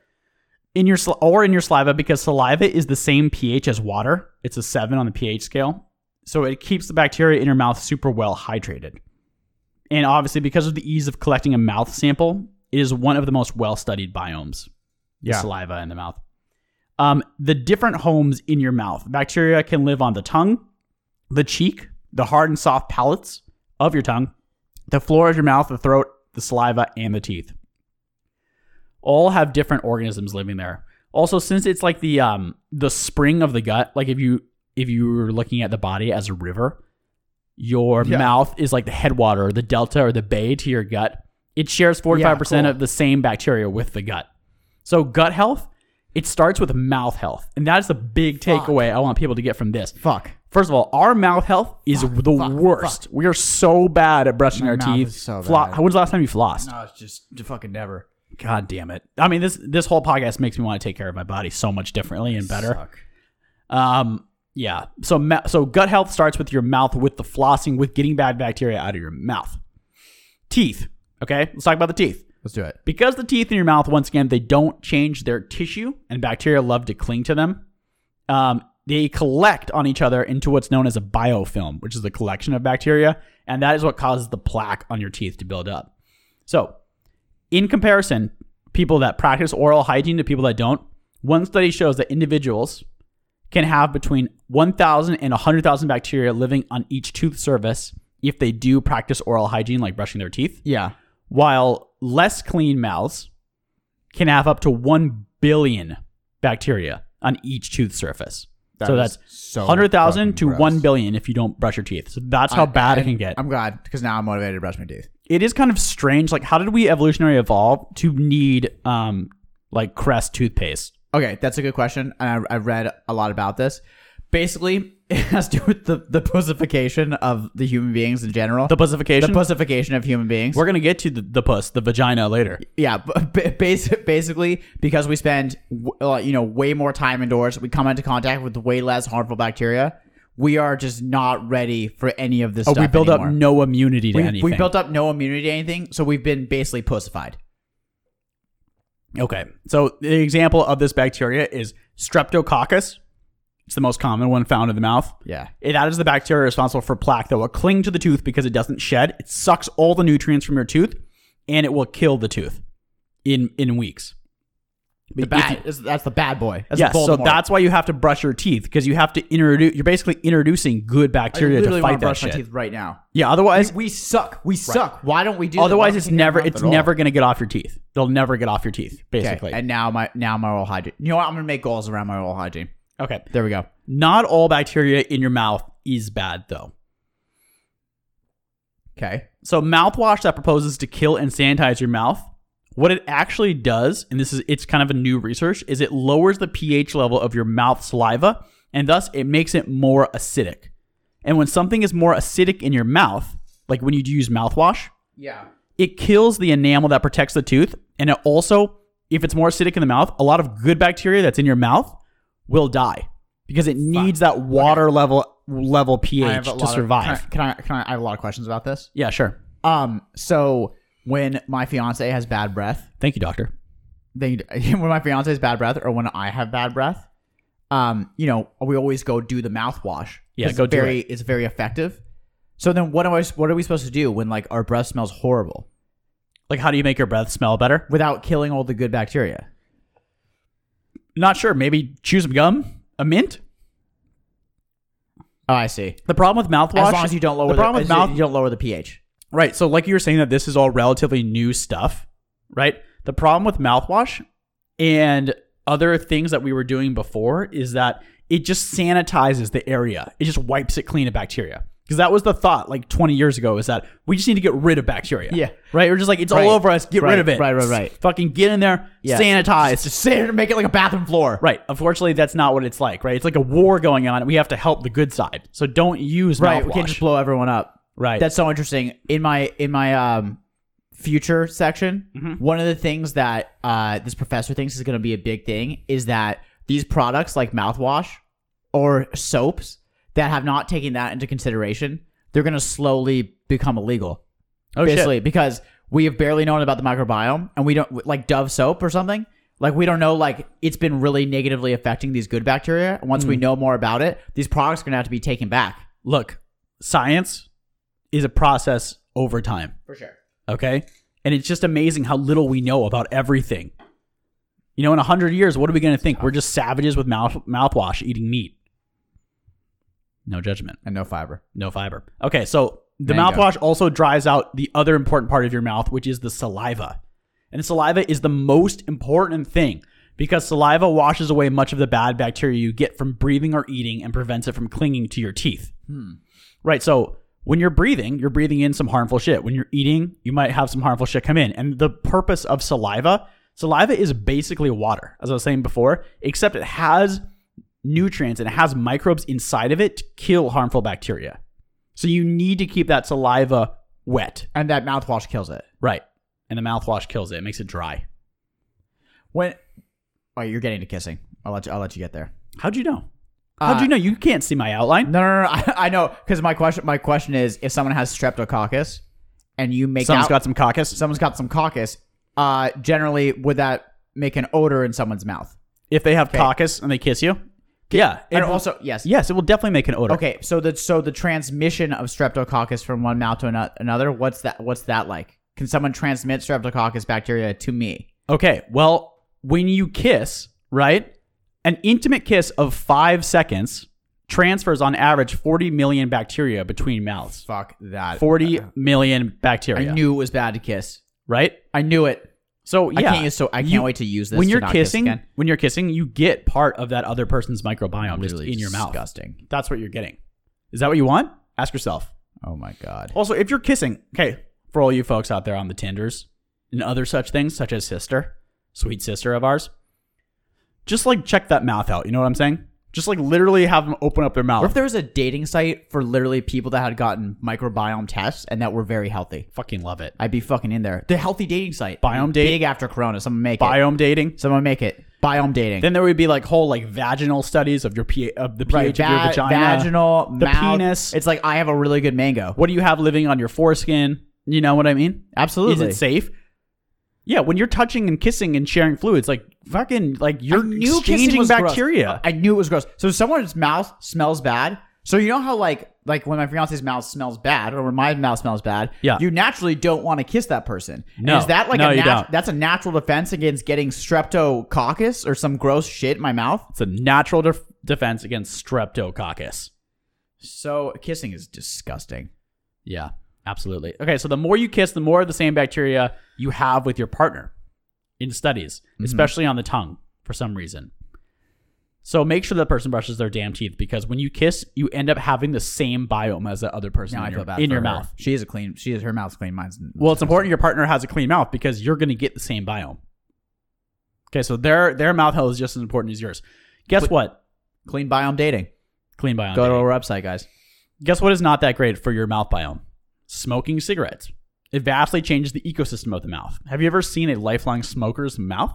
Speaker 2: in your sal- or in your saliva because saliva is the same pH as water. It's a seven on the pH scale, so it keeps the bacteria in your mouth super well hydrated. And obviously, because of the ease of collecting a mouth sample, it is one of the most well studied biomes the
Speaker 1: Yeah.
Speaker 2: saliva in the mouth. Um, the different homes in your mouth. Bacteria can live on the tongue, the cheek, the hard and soft palates of your tongue, the floor of your mouth, the throat, the saliva, and the teeth. All have different organisms living there. Also, since it's like the um the spring of the gut, like if you if you were looking at the body as a river, your
Speaker 1: Yeah.
Speaker 2: mouth is like the headwater, or the delta, or the bay to your gut. It shares forty five percent
Speaker 1: cool.
Speaker 2: of the same bacteria with the gut. So gut health, it starts with mouth health, and that is the big takeaway I want people to get from this.
Speaker 1: Fuck.
Speaker 2: First of all, our mouth health is the worst. We are so bad at brushing
Speaker 1: My
Speaker 2: our
Speaker 1: mouth
Speaker 2: teeth.
Speaker 1: is so
Speaker 2: Flo-
Speaker 1: bad.
Speaker 2: When's the last time you flossed?
Speaker 1: No, it's just fucking never.
Speaker 2: God damn it! I mean this this whole podcast makes me want to take care of my body so much differently and better.
Speaker 1: Suck.
Speaker 2: Um, yeah. So ma- so gut health starts with your mouth, with the flossing, with getting bad bacteria out of your mouth. Teeth. Okay, let's talk about the teeth.
Speaker 1: Let's do it.
Speaker 2: Because the teeth in your mouth, once again, they don't change their tissue, and bacteria love to cling to them. Um, they collect on each other into what's known as a biofilm, which is the collection of bacteria, and that is what causes the plaque on your teeth to build up. So, in comparison, people that practice oral hygiene to people that don't, one study shows that individuals can have between 1,000 and 100,000 bacteria living on each tooth surface if they do practice oral hygiene, like brushing their teeth
Speaker 1: Yeah.
Speaker 2: while less clean mouths can have up to 1 billion bacteria on each tooth surface.
Speaker 1: That
Speaker 2: so
Speaker 1: is
Speaker 2: that's
Speaker 1: so
Speaker 2: 100,000 to
Speaker 1: fucking gross.
Speaker 2: 1 billion if you don't brush your teeth. So that's how bad it can get.
Speaker 1: I'm glad because now I'm motivated to brush my teeth.
Speaker 2: it is kind of strange. Like, how did we evolutionary evolve to need, um, like, Crest toothpaste?
Speaker 1: Okay, that's a good question, and I, I read a lot about this. Basically, it has to do with the, the pussification of the human beings in general.
Speaker 2: The pussification?
Speaker 1: pussification of human beings.
Speaker 2: We're going to get to the, the puss, the vagina later.
Speaker 1: yeah, but basic, basically because we spend w- uh, you know way more time indoors, we come into contact with way less harmful bacteria. We are just not ready for any of this.
Speaker 2: Oh,
Speaker 1: stuff
Speaker 2: we build
Speaker 1: anymore.
Speaker 2: up no immunity to
Speaker 1: We-
Speaker 2: anything.
Speaker 1: we built up no immunity to anything, so we've been basically pussified.
Speaker 2: Okay. So the example of this bacteria is Streptococcus. It's the most common one found in the mouth.
Speaker 1: Yeah.
Speaker 2: It- That is the bacteria responsible for plaque that will cling to the tooth because it doesn't shed. It sucks all the nutrients from your tooth and it will kill the tooth in in weeks.
Speaker 1: The bad, is- that's the bad boy. That's
Speaker 2: Yes, so
Speaker 1: Voldemort.
Speaker 2: that's why you have to brush your teeth because you have to introduce. You're basically introducing good
Speaker 1: I
Speaker 2: bacteria
Speaker 1: literally want to
Speaker 2: to fight that
Speaker 1: brush my
Speaker 2: shit.
Speaker 1: teeth right now.
Speaker 2: Yeah, otherwise,
Speaker 1: We suck. We suck. Why don't we do? that? Why
Speaker 2: otherwise
Speaker 1: don't
Speaker 2: it's
Speaker 1: we take
Speaker 2: never
Speaker 1: it off
Speaker 2: it's
Speaker 1: at all?
Speaker 2: never gonna get off your teeth. They'll never get off your teeth,
Speaker 1: Okay,
Speaker 2: basically.
Speaker 1: And now my now my oral hygiene. You know what? I'm gonna make goals around my oral hygiene.
Speaker 2: okay,
Speaker 1: There we go.
Speaker 2: not all bacteria in your mouth is bad though.
Speaker 1: Okay.
Speaker 2: So mouthwash that proposes to kill and sanitize your mouth. What it actually does, and this is it's kind of a new research, is it lowers the pH level of your mouth saliva and thus it makes it more acidic. And when something is more acidic in your mouth, like when you do use mouthwash,
Speaker 1: Yeah.
Speaker 2: it kills the enamel that protects the tooth and it also if it's more acidic in the mouth, a lot of good bacteria that's in your mouth will die because it needs that water level level pH to survive.
Speaker 1: Of, can I, can I? Can I? I have a lot of questions about this.
Speaker 2: yeah, sure.
Speaker 1: Um. So when my fiance has bad breath,
Speaker 2: Thank you, doctor.
Speaker 1: they when my fiance has bad breath or when I have bad breath, um, you know, we always go do the mouthwash.
Speaker 2: Yeah,
Speaker 1: 'Cause
Speaker 2: go
Speaker 1: it's
Speaker 2: do
Speaker 1: very it's very effective. So then what am I what are we supposed to do when like our breath smells horrible
Speaker 2: Like, how do you make your breath smell better?
Speaker 1: without killing all the good bacteria?
Speaker 2: Not sure. Maybe chew some gum, a mint.
Speaker 1: Oh, I see.
Speaker 2: The problem with mouthwash,
Speaker 1: As long as you don't lower
Speaker 2: the
Speaker 1: the,
Speaker 2: problem
Speaker 1: as
Speaker 2: with
Speaker 1: you-
Speaker 2: mouth,
Speaker 1: you don't lower the pH.
Speaker 2: right? So, like you were saying, that this is all relatively new stuff, right? The problem with mouthwash and other things that we were doing before is that it just sanitizes the area. It just wipes it clean of bacteria. Because that was the thought like 20 years ago is that we just need to get rid of bacteria.
Speaker 1: Yeah.
Speaker 2: Right? We're just like, it's
Speaker 1: Right.
Speaker 2: all over us. Get rid
Speaker 1: Right,
Speaker 2: of it.
Speaker 1: right, right, right.
Speaker 2: Fucking get in there,
Speaker 1: Yeah.
Speaker 2: sanitize.
Speaker 1: Just sit here and make it like a bathroom floor.
Speaker 2: Right. Unfortunately, that's not what it's like, right? It's like a war going on, and we have to help the good side. So don't use
Speaker 1: Right.
Speaker 2: mouthwash.
Speaker 1: We can't just blow everyone up.
Speaker 2: right.
Speaker 1: That's so interesting. In my in my um future section, one of the things that uh this professor thinks is going to be a big thing is that these products like mouthwash or soaps that have not taken that into consideration, they're going to slowly become illegal.
Speaker 2: oh,
Speaker 1: basically because we have barely known about the microbiome and we don't like Dove soap or something. Like we don't know like it's been really negatively affecting these good bacteria. And once
Speaker 2: Mm.
Speaker 1: we know more about it, these products are going to have to be taken back.
Speaker 2: Look, science is a process over time,
Speaker 1: For sure.
Speaker 2: okay? And it's just amazing how little we know about everything. You know, in 100 years, what are we going to think? We're just savages with mouth mouthwash eating meat. No judgment,
Speaker 1: And no fiber.
Speaker 2: no fiber. Okay, so the
Speaker 1: Mango.
Speaker 2: mouthwash also dries out the other important part of your mouth, which is the saliva. And saliva is the most important thing because saliva washes away much of the bad bacteria you get from breathing or eating and prevents it from clinging to your teeth. Right. So when you're breathing, you're breathing in some harmful shit. When you're eating, you might have some harmful shit come in. And the purpose of saliva, saliva is basically water, as I was saying before, except it has nutrients and it has microbes inside of it to kill harmful bacteria. So you need to keep that saliva wet.
Speaker 1: And that mouthwash kills it.
Speaker 2: Right. And the mouthwash kills it. It makes it dry.
Speaker 1: When Oh, you're getting to kissing. I'll let you I'll let you get there.
Speaker 2: How'd you know? How'd
Speaker 1: Uh,
Speaker 2: you know? You can't see my outline.
Speaker 1: No, no, no. no. I, I know cuz my question my question is if someone has streptococcus and you make
Speaker 2: Someone's
Speaker 1: out
Speaker 2: got some caucus.
Speaker 1: someone's got some coccus, uh generally would that make an odor in someone's mouth?
Speaker 2: If they have caucus and they kiss you, yeah.
Speaker 1: And
Speaker 2: it-
Speaker 1: also, yes.
Speaker 2: yes, it will definitely make an odor.
Speaker 1: Okay, so the so the transmission of streptococcus from one mouth to ano- another, what's that what's that like? Can someone transmit streptococcus bacteria to me?
Speaker 2: Okay, well, when you kiss, right, an intimate kiss of five seconds transfers on average 40 million bacteria between mouths.
Speaker 1: Fuck that. Uh,
Speaker 2: 40 million
Speaker 1: I
Speaker 2: bacteria,
Speaker 1: knew it was bad to kiss.
Speaker 2: right?
Speaker 1: I knew it.
Speaker 2: So yeah,
Speaker 1: I can't use so I can't
Speaker 2: You-
Speaker 1: wait to use this.
Speaker 2: when
Speaker 1: to
Speaker 2: you're
Speaker 1: not kiss
Speaker 2: kissing,
Speaker 1: again.
Speaker 2: when you're kissing, you get part of that other person's microbiome just
Speaker 1: Really
Speaker 2: in your mouth.
Speaker 1: Disgusting.
Speaker 2: That's what you're getting. Is that what you want? Ask yourself.
Speaker 1: Oh my god.
Speaker 2: Also, if you're kissing, okay, for all you folks out there on the Tinders and other such things, such as sister, sweet sister of ours, just like check that mouth out. You know what I'm saying? Just like literally have them open up their mouth.
Speaker 1: Or if there was a dating site for literally people that had gotten microbiome tests and that were very healthy,
Speaker 2: fucking love it.
Speaker 1: I'd be fucking in there. The healthy dating site,
Speaker 2: Biome date?
Speaker 1: big after Corona. Someone make it.
Speaker 2: Biome dating.
Speaker 1: Someone make it. Biome dating.
Speaker 2: Then there would be like whole like vaginal studies of your pH of the pH
Speaker 1: right,
Speaker 2: of your
Speaker 1: va-
Speaker 2: vagina.
Speaker 1: vaginal,
Speaker 2: the
Speaker 1: mouth.
Speaker 2: penis.
Speaker 1: It's like I have a really good mango.
Speaker 2: What do you have living on your foreskin? You know what I mean?
Speaker 1: Absolutely.
Speaker 2: Is it safe? Yeah, when you're touching and kissing and sharing fluids, like fucking, like you're
Speaker 1: knew kissing
Speaker 2: exchanging
Speaker 1: was gross.
Speaker 2: bacteria.
Speaker 1: I knew it was gross. So someone's mouth smells bad. So you know how like like when my fiance's mouth smells bad or when my mouth smells bad,
Speaker 2: Yeah.
Speaker 1: you naturally don't want to kiss that person. And
Speaker 2: No.
Speaker 1: is that like
Speaker 2: No,
Speaker 1: a
Speaker 2: you
Speaker 1: nat-
Speaker 2: don't.
Speaker 1: that's a natural defense against getting streptococcus or some gross shit in my mouth?
Speaker 2: It's a natural def- defense against streptococcus.
Speaker 1: So kissing is disgusting.
Speaker 2: Yeah, absolutely. Okay, so the more you kiss, the more of the same bacteria you have with your partner in studies,
Speaker 1: Mm-hmm.
Speaker 2: especially on the tongue for some reason. So make sure that person brushes their damn teeth because when you kiss, you end up having the same biome as the other person
Speaker 1: Now I
Speaker 2: in
Speaker 1: feel
Speaker 2: your,
Speaker 1: bad
Speaker 2: in
Speaker 1: for
Speaker 2: your
Speaker 1: her.
Speaker 2: mouth.
Speaker 1: She is a clean. She is her mouth's clean. Mine's
Speaker 2: Well, it's important your partner has a clean mouth because you're going to get the same biome. Okay, so their their mouth health is just as important as yours. Guess what?
Speaker 1: clean biome dating.
Speaker 2: Clean biome.
Speaker 1: Go to
Speaker 2: dating.
Speaker 1: our website, guys.
Speaker 2: Guess what is not that great for your mouth biome? Smoking cigarettes. It vastly changes the ecosystem of the mouth. Have you ever seen a lifelong smoker's mouth?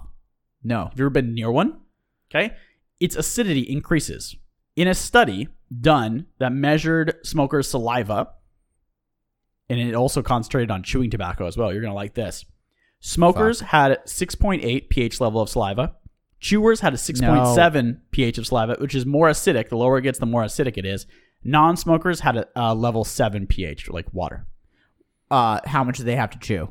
Speaker 1: No.
Speaker 2: Have you ever been near one? Okay. Its acidity increases. In a study done that measured smokers' saliva, and it it also concentrated on chewing tobacco as well. You're going to like this. Smokers had 6.8 pH level of saliva. Chewers had a 6.7 pH of saliva, which is more acidic. The lower it gets, the more acidic it is. Non smokers had a, a level 7 pH, like water.
Speaker 1: Uh, how much do they have to chew?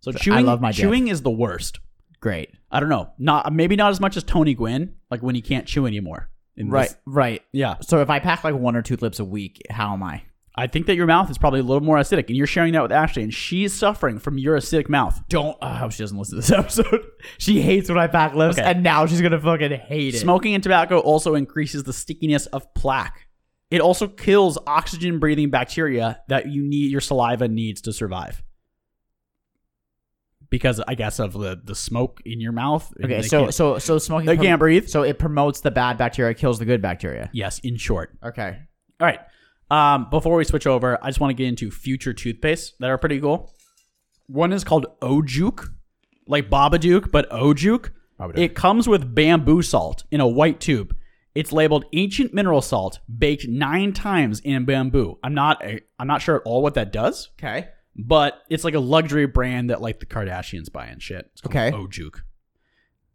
Speaker 2: So chewing,
Speaker 1: love my dick.
Speaker 2: chewing is the worst.
Speaker 1: Great.
Speaker 2: I don't know. Not maybe not as much as Tony Gwynn, like when he can't chew anymore. in this-
Speaker 1: Right. Right.
Speaker 2: yeah.
Speaker 1: So if I pack like one or two lips a week, how am I?
Speaker 2: I think that your mouth is probably a little more acidic, and you're sharing that with Ashley, and she's suffering from your acidic mouth.
Speaker 1: Don't. I hope she doesn't listen to this episode. she hates when I pack lips,
Speaker 2: Okay.
Speaker 1: and now she's gonna fucking hate it.
Speaker 2: Smoking and tobacco also increases the stickiness of plaque. It also kills oxygen breathing bacteria that you need your saliva needs to survive. Because I guess of the, the smoke in your mouth. and
Speaker 1: Okay.
Speaker 2: they
Speaker 1: So
Speaker 2: can't-
Speaker 1: so so smoking.
Speaker 2: they
Speaker 1: prom-
Speaker 2: can't breathe.
Speaker 1: So it promotes the bad bacteria, kills the good bacteria.
Speaker 2: Yes, in short.
Speaker 1: Okay.
Speaker 2: All right. Um, before we switch over, I just want to get into future toothpaste that are pretty cool. One is called Ojuke, like Babadook, but Ojuke.
Speaker 1: Babadook.
Speaker 2: It comes with bamboo salt in a white tube. It's labeled ancient mineral salt, baked nine times in bamboo. I'm not I'm not sure at all what that does,
Speaker 1: Okay.
Speaker 2: but it's like a luxury brand that like the Kardashians buy and shit. It's called
Speaker 1: Okay.
Speaker 2: Ojuke.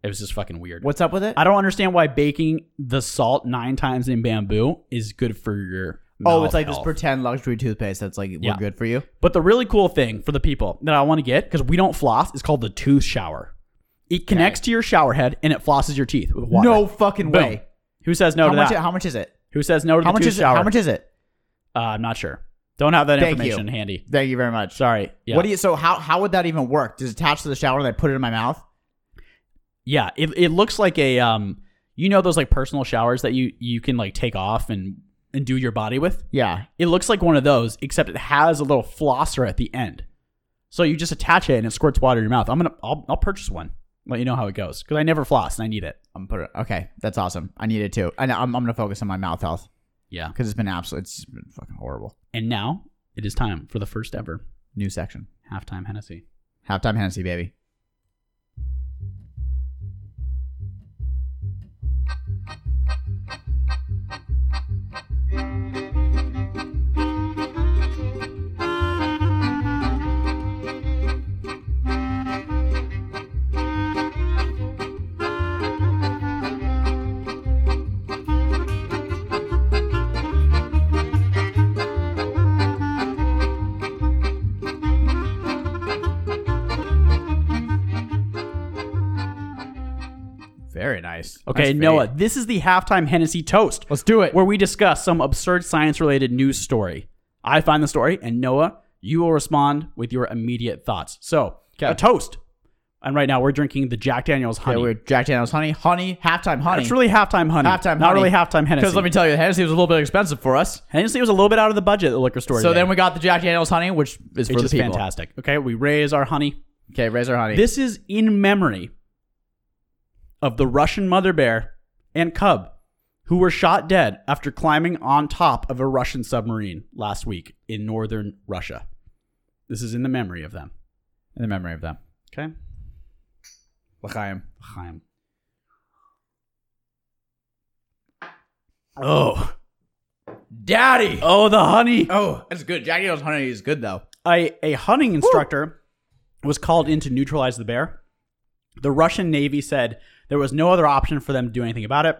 Speaker 2: It was just fucking weird.
Speaker 1: What's up with it?
Speaker 2: I don't understand why baking the salt nine times in bamboo is good for your.
Speaker 1: oh,
Speaker 2: mouth
Speaker 1: it's like
Speaker 2: health.
Speaker 1: this pretend luxury toothpaste that's like
Speaker 2: Yeah.
Speaker 1: we're good for you.
Speaker 2: But the really cool thing for the people that I want to get because we don't floss is called the tooth shower. It connects to your shower head and it flosses your teeth with water.
Speaker 1: No fucking
Speaker 2: Boom.
Speaker 1: way.
Speaker 2: Who says no
Speaker 1: How
Speaker 2: to
Speaker 1: much?
Speaker 2: that?
Speaker 1: How much is it?
Speaker 2: Who says no to
Speaker 1: How
Speaker 2: the
Speaker 1: much
Speaker 2: tooth
Speaker 1: is it?
Speaker 2: shower?
Speaker 1: How much is it?
Speaker 2: Uh, I'm not sure. Don't have that
Speaker 1: Thank
Speaker 2: information
Speaker 1: you.
Speaker 2: handy.
Speaker 1: Thank you very much.
Speaker 2: Sorry. Yeah.
Speaker 1: What do you? So how how would that even work? Does it attach to the shower and I put it in my mouth?
Speaker 2: yeah. It, it looks like a um. You know those like personal showers that you you can like take off and and do your body with.
Speaker 1: Yeah.
Speaker 2: It looks like one of those, except it has a little flosser at the end. So you just attach it and it squirts water in your mouth. I'm gonna, I'll, I'll purchase one. Let you know how it goes because I never floss and I need it.
Speaker 1: I'm put it. Okay, that's awesome. I need it too. I know, I'm I'm gonna focus on my mouth health
Speaker 2: Yeah.
Speaker 1: because it's been absolute. It's been fucking horrible.
Speaker 2: And now it is time for the first ever
Speaker 1: New section.
Speaker 2: halftime Hennessy.
Speaker 1: Halftime Hennessy, baby. Very nice.
Speaker 2: Okay,
Speaker 1: Nice
Speaker 2: Noah,
Speaker 1: fade.
Speaker 2: this is the halftime Hennessy toast
Speaker 1: Let's do it.
Speaker 2: where we discuss some absurd science related news story. I find the story, and Noah, you will respond with your immediate thoughts. So, a toast. And right now we're drinking the Jack Daniels
Speaker 1: Okay,
Speaker 2: honey.
Speaker 1: we're Jack Daniels honey, honey, halftime honey.
Speaker 2: It's really halftime honey.
Speaker 1: Halftime
Speaker 2: Not
Speaker 1: honey.
Speaker 2: really halftime Hennessy.
Speaker 1: because let me tell you, Hennessy was a little bit expensive for us.
Speaker 2: Hennessy was a little bit out of the budget at the liquor store.
Speaker 1: So
Speaker 2: today.
Speaker 1: then we got the Jack Daniels honey, which is for
Speaker 2: it's
Speaker 1: the
Speaker 2: just
Speaker 1: people.
Speaker 2: fantastic. Okay, we raise our honey.
Speaker 1: Okay, razor honey.
Speaker 2: This is in memory of the Russian mother bear and cub who were shot dead after climbing on top of a Russian submarine last week in northern Russia. This is in the memory of them.
Speaker 1: in the memory of them.
Speaker 2: Okay.
Speaker 1: L'chaim.
Speaker 2: Chaim. Oh,
Speaker 1: Daddy.
Speaker 2: oh, the honey.
Speaker 1: Oh, that's good. Jack Daniels honey is good though.
Speaker 2: a, a hunting instructor was called in to neutralize the bear. The Russian Navy said there was no other option for them to do anything about it.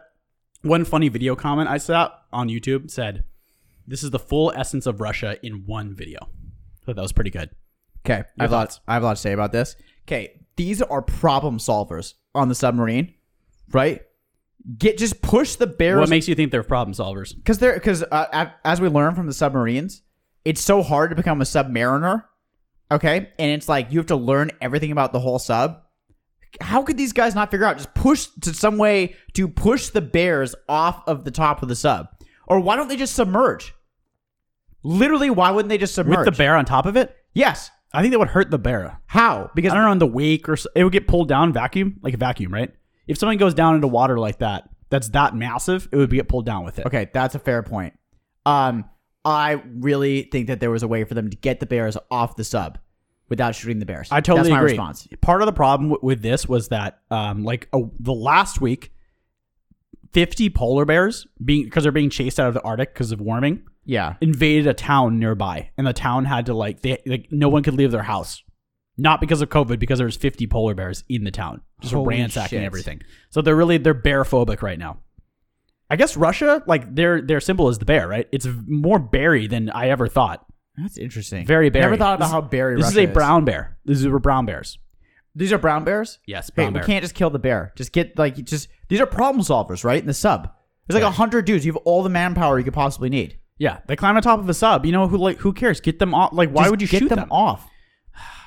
Speaker 2: One funny video comment I saw on YouTube said, This is the full essence of Russia in one video. So that was pretty good.
Speaker 1: Okay, I have lots. I have a lot to say about this. Okay, these are problem solvers on the submarine, right? Get just push the
Speaker 2: What
Speaker 1: bears
Speaker 2: makes you think they're problem solvers?
Speaker 1: because they're because uh, a- as we learn from the submarines, it's so hard to become a submariner. Okay, and it's like you have to learn everything about the whole sub. How could these guys not figure out? Just push to some way to push the bears off of the top of the sub, or why don't they just submerge? Literally, why wouldn't they just submerge?
Speaker 2: With the bear on top of it?
Speaker 1: yes.
Speaker 2: I think that would hurt the bear.
Speaker 1: How? Because
Speaker 2: I don't know, in the wake or so, it would get pulled down vacuum, like a vacuum, right? If something goes down into water like that, that's that massive, it would be get pulled down with it.
Speaker 1: Okay, that's a fair point. Um, I really think that there was a way for them to get the bears off the sub without shooting the bears.
Speaker 2: I totally
Speaker 1: that's my
Speaker 2: agree.
Speaker 1: response.
Speaker 2: Part of the problem w- with this was that, um, like a, the last week, fifty polar bears being because they're being chased out of the Arctic because of warming
Speaker 1: Yeah.
Speaker 2: invaded a town nearby, and the town had to like they like no one could leave their house, not because of COVID, because there was fifty polar bears in the town, just
Speaker 1: Holy
Speaker 2: ransacking
Speaker 1: shit.
Speaker 2: everything. So they're really they're bear phobic right now. I guess Russia, like their their symbol is the bear, right? It's more berry than I ever thought.
Speaker 1: That's interesting.
Speaker 2: Very berry.
Speaker 1: Never thought about
Speaker 2: This-
Speaker 1: how berry
Speaker 2: This
Speaker 1: Russia
Speaker 2: is a brown bear. These are brown bears.
Speaker 1: These are brown bears?
Speaker 2: Yes,
Speaker 1: Hey,
Speaker 2: brown
Speaker 1: we
Speaker 2: bear.
Speaker 1: can't just kill the bear. Just get like just these are problem solvers, right? In the sub. There's like a hundred dudes. You have all the manpower you could possibly need.
Speaker 2: Yeah, they climb on top of a sub. You know who like who cares? Get them off. Like, why
Speaker 1: Just
Speaker 2: would you
Speaker 1: get
Speaker 2: shoot
Speaker 1: them,
Speaker 2: them?
Speaker 1: off?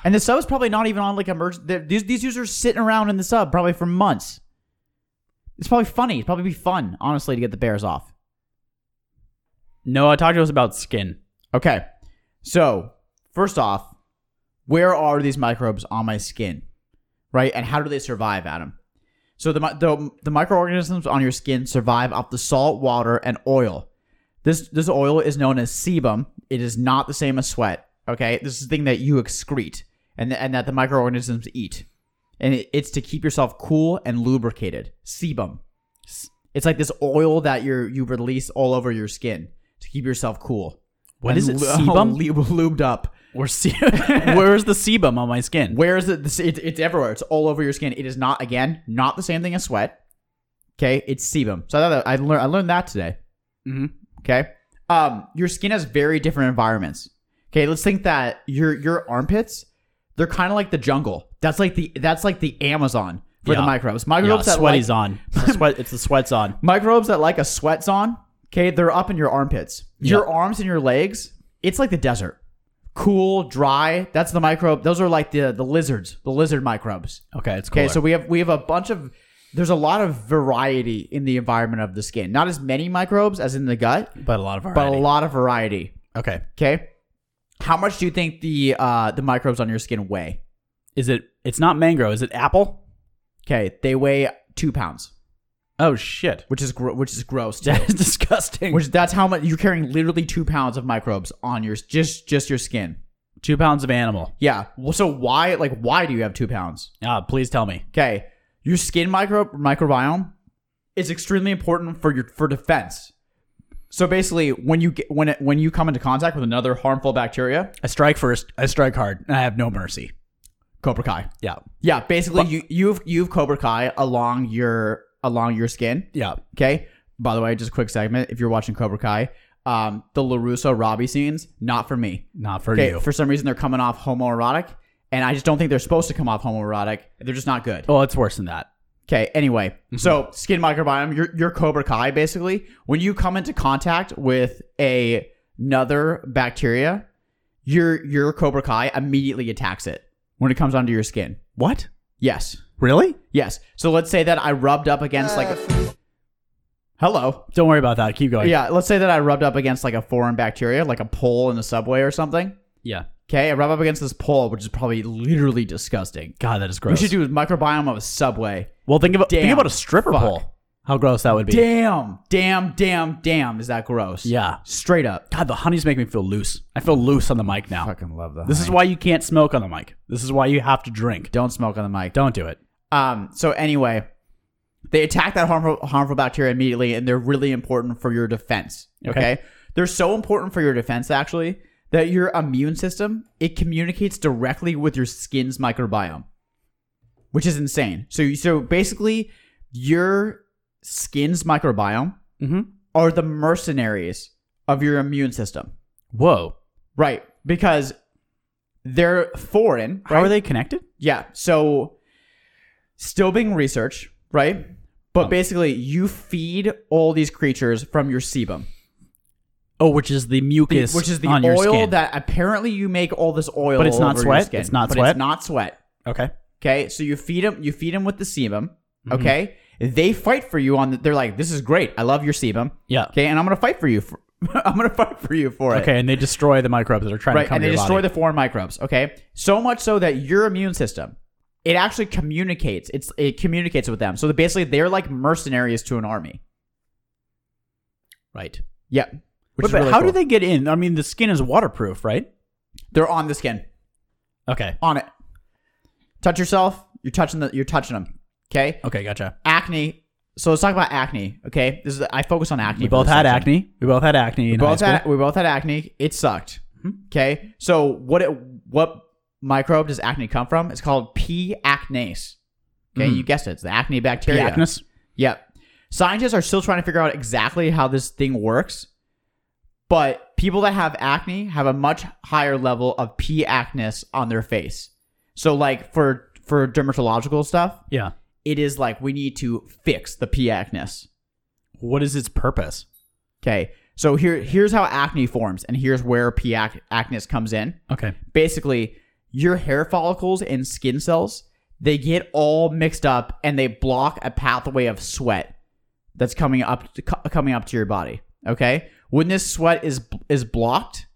Speaker 1: And the sub is probably not even on like emerg. they're- These these users sitting around in the sub probably for months. It's probably funny. It'd probably be fun, honestly, to get the bears off.
Speaker 2: No, I talked to us about skin.
Speaker 1: Okay, so first off, where are these microbes on my skin, right? And how do they survive, Adam? So the mi- the, the microorganisms on your skin survive off the salt, water, and oil. This this oil is known as sebum. It is not the same as sweat. Okay, this is the thing that you excrete and and that the microorganisms eat, and it- it's to keep yourself cool and lubricated. Sebum. It's like this oil that you are you release all over your skin to keep yourself cool.
Speaker 2: What
Speaker 1: And
Speaker 2: is it?
Speaker 1: lu-
Speaker 2: Sebum?
Speaker 1: lu- lubed up.
Speaker 2: Or se- where's the sebum on my skin?
Speaker 1: Where is it? This- It's, it's everywhere. It's all over your skin. It is not again not the same thing as sweat. Okay, it's sebum. So I, thought that- I learned I learned that today.
Speaker 2: Mm-hmm.
Speaker 1: Okay. Um, your skin has very different environments. Okay, let's think that your your armpits, they're kind of like the jungle. That's like the that's like the Amazon for the
Speaker 2: Yeah.
Speaker 1: microbes.
Speaker 2: Yeah,
Speaker 1: Microbes that like,
Speaker 2: sweaty's on. It's the sweat. It's the sweats on.
Speaker 1: microbes that like a sweat's on. Okay, they're up in your armpits. Your
Speaker 2: Yeah.
Speaker 1: arms and your legs, it's like the desert. Cool, dry. That's the microbe. Those are like the the lizards, the lizard microbes.
Speaker 2: Okay, it's
Speaker 1: Okay,
Speaker 2: cooler.
Speaker 1: so we have we have a bunch of there's a lot of variety in the environment of the skin. Not as many microbes as in the gut,
Speaker 2: but a lot of
Speaker 1: but a
Speaker 2: variety.
Speaker 1: lot of variety.
Speaker 2: Okay,
Speaker 1: Okay. How much do you think the uh, the microbes on your skin weigh?
Speaker 2: is it? It's not mango. Is it apple?
Speaker 1: Okay, they weigh two pounds,
Speaker 2: Oh shit,
Speaker 1: which is gr- which is gross. too.
Speaker 2: that is disgusting.
Speaker 1: which that's how much you're carrying. Literally two pounds of microbes on your just just your skin.
Speaker 2: Two pounds of animal.
Speaker 1: Yeah. Well, so why like why do you have two pounds?
Speaker 2: Ah, please tell me.
Speaker 1: Okay, your skin micro microbiome is extremely important for your for defense. So basically, when you get when it, when you come into contact with another harmful bacteria,
Speaker 2: I strike first. I strike hard, and I have no mercy.
Speaker 1: Cobra Kai.
Speaker 2: Yeah,
Speaker 1: Yeah, basically, you you've you've Cobra Kai along your along your skin.
Speaker 2: yeah.
Speaker 1: Okay. By the way, just a quick segment. If you're watching Cobra Kai, um, the Larusso Robbie scenes, not for me.
Speaker 2: Not for
Speaker 1: Okay.
Speaker 2: you.
Speaker 1: For some reason, they're coming off homoerotic, and I just don't think they're supposed to come off homoerotic. They're just not good.
Speaker 2: oh, it's worse than that.
Speaker 1: Okay. Anyway,
Speaker 2: Mm-hmm.
Speaker 1: so skin microbiome, your your Cobra Kai basically. When you come into contact with a, another bacteria, your your Cobra Kai immediately attacks it when it comes onto your skin.
Speaker 2: What?
Speaker 1: Yes.
Speaker 2: Really?
Speaker 1: Yes. So let's say that I rubbed up against like. a- Hello.
Speaker 2: Don't worry about that. Keep going.
Speaker 1: Yeah, let's say that I rubbed up against like a foreign bacteria, like a pole in the subway or something.
Speaker 2: Yeah.
Speaker 1: Okay, I rub up against this pole, which is probably literally disgusting.
Speaker 2: God, that is
Speaker 1: We
Speaker 2: gross.
Speaker 1: should do a microbiome of a subway.
Speaker 2: well, think about
Speaker 1: Damn.
Speaker 2: think about a stripper
Speaker 1: Fuck.
Speaker 2: pole. How gross that would be.
Speaker 1: Damn, damn, damn, damn. Is that gross?
Speaker 2: Yeah.
Speaker 1: Straight up.
Speaker 2: God, the honeys make me feel loose. I feel loose on the mic now.
Speaker 1: fucking love that.
Speaker 2: This is why you can't smoke on the mic. This is why you have to drink.
Speaker 1: don't smoke on the mic.
Speaker 2: Don't do it.
Speaker 1: Um. So anyway, they attack that harmful harmful bacteria immediately, and they're really important for your defense. Okay?
Speaker 2: Okay.
Speaker 1: they're so important for your defense actually that your immune system it communicates directly with your skin's microbiome, which is insane. So you- so basically, your skin's microbiome
Speaker 2: Mm-hmm.
Speaker 1: are the mercenaries of your immune system,
Speaker 2: Whoa.
Speaker 1: right? Because they're foreign.
Speaker 2: How are they connected?
Speaker 1: Yeah. So still being research, right? But
Speaker 2: Um,
Speaker 1: basically, you feed all these creatures from your sebum,
Speaker 2: Oh, which is the mucus,
Speaker 1: which is the
Speaker 2: on your
Speaker 1: oil
Speaker 2: skin.
Speaker 1: that apparently you make all this oil.
Speaker 2: But it's
Speaker 1: all
Speaker 2: not
Speaker 1: over your
Speaker 2: sweat?
Speaker 1: skin.
Speaker 2: It's not
Speaker 1: But
Speaker 2: sweat?
Speaker 1: It's not sweat.
Speaker 2: okay.
Speaker 1: Okay. So you feed them. You feed them with the sebum.
Speaker 2: Mm-hmm.
Speaker 1: Okay. They fight for you on. The, they're like, "This is great. I love your sebum."
Speaker 2: Yeah.
Speaker 1: Okay, and I'm gonna fight for you. For, I'm gonna fight for you for it.
Speaker 2: Okay, and they destroy the microbes that are trying to
Speaker 1: right
Speaker 2: come
Speaker 1: and
Speaker 2: to
Speaker 1: they
Speaker 2: your
Speaker 1: destroy
Speaker 2: body.
Speaker 1: the foreign microbes okay so much so that your immune system it actually communicates it's it communicates with them so that basically they're like mercenaries to an army
Speaker 2: right.
Speaker 1: yeah
Speaker 2: Wait, but how do they get in? I mean, the skin is waterproof, right?
Speaker 1: they're on the skin
Speaker 2: Okay.
Speaker 1: on it touch yourself you're touching the you're touching them okay
Speaker 2: Okay, gotcha.
Speaker 1: acne So let's talk about acne. Okay, this is I focus on acne.
Speaker 2: We
Speaker 1: for
Speaker 2: both
Speaker 1: this
Speaker 2: had
Speaker 1: section.
Speaker 2: acne. We both had acne. in
Speaker 1: We
Speaker 2: high
Speaker 1: both had
Speaker 2: school.
Speaker 1: we both had acne. It sucked. Okay, so what it, what microbe does acne come from? It's called P. acnes. Okay,
Speaker 2: Hmm.
Speaker 1: you guessed it. It's the acne
Speaker 2: P.
Speaker 1: bacteria.
Speaker 2: acnes.
Speaker 1: Yep. Scientists are still trying to figure out exactly how this thing works, but people that have acne have a much higher level of P. acnes on their face. So, like for for dermatological stuff,
Speaker 2: Yeah.
Speaker 1: it is like we need to fix the P. acnes.
Speaker 2: What is its purpose?
Speaker 1: Okay, so here here's how acne forms, and here's where P. Ac- acnes comes in.
Speaker 2: Okay.
Speaker 1: Basically, your hair follicles and skin cells they get all mixed up and they block a pathway of sweat that's coming up to, co- coming up to your body. Okay, when this sweat is is blocked,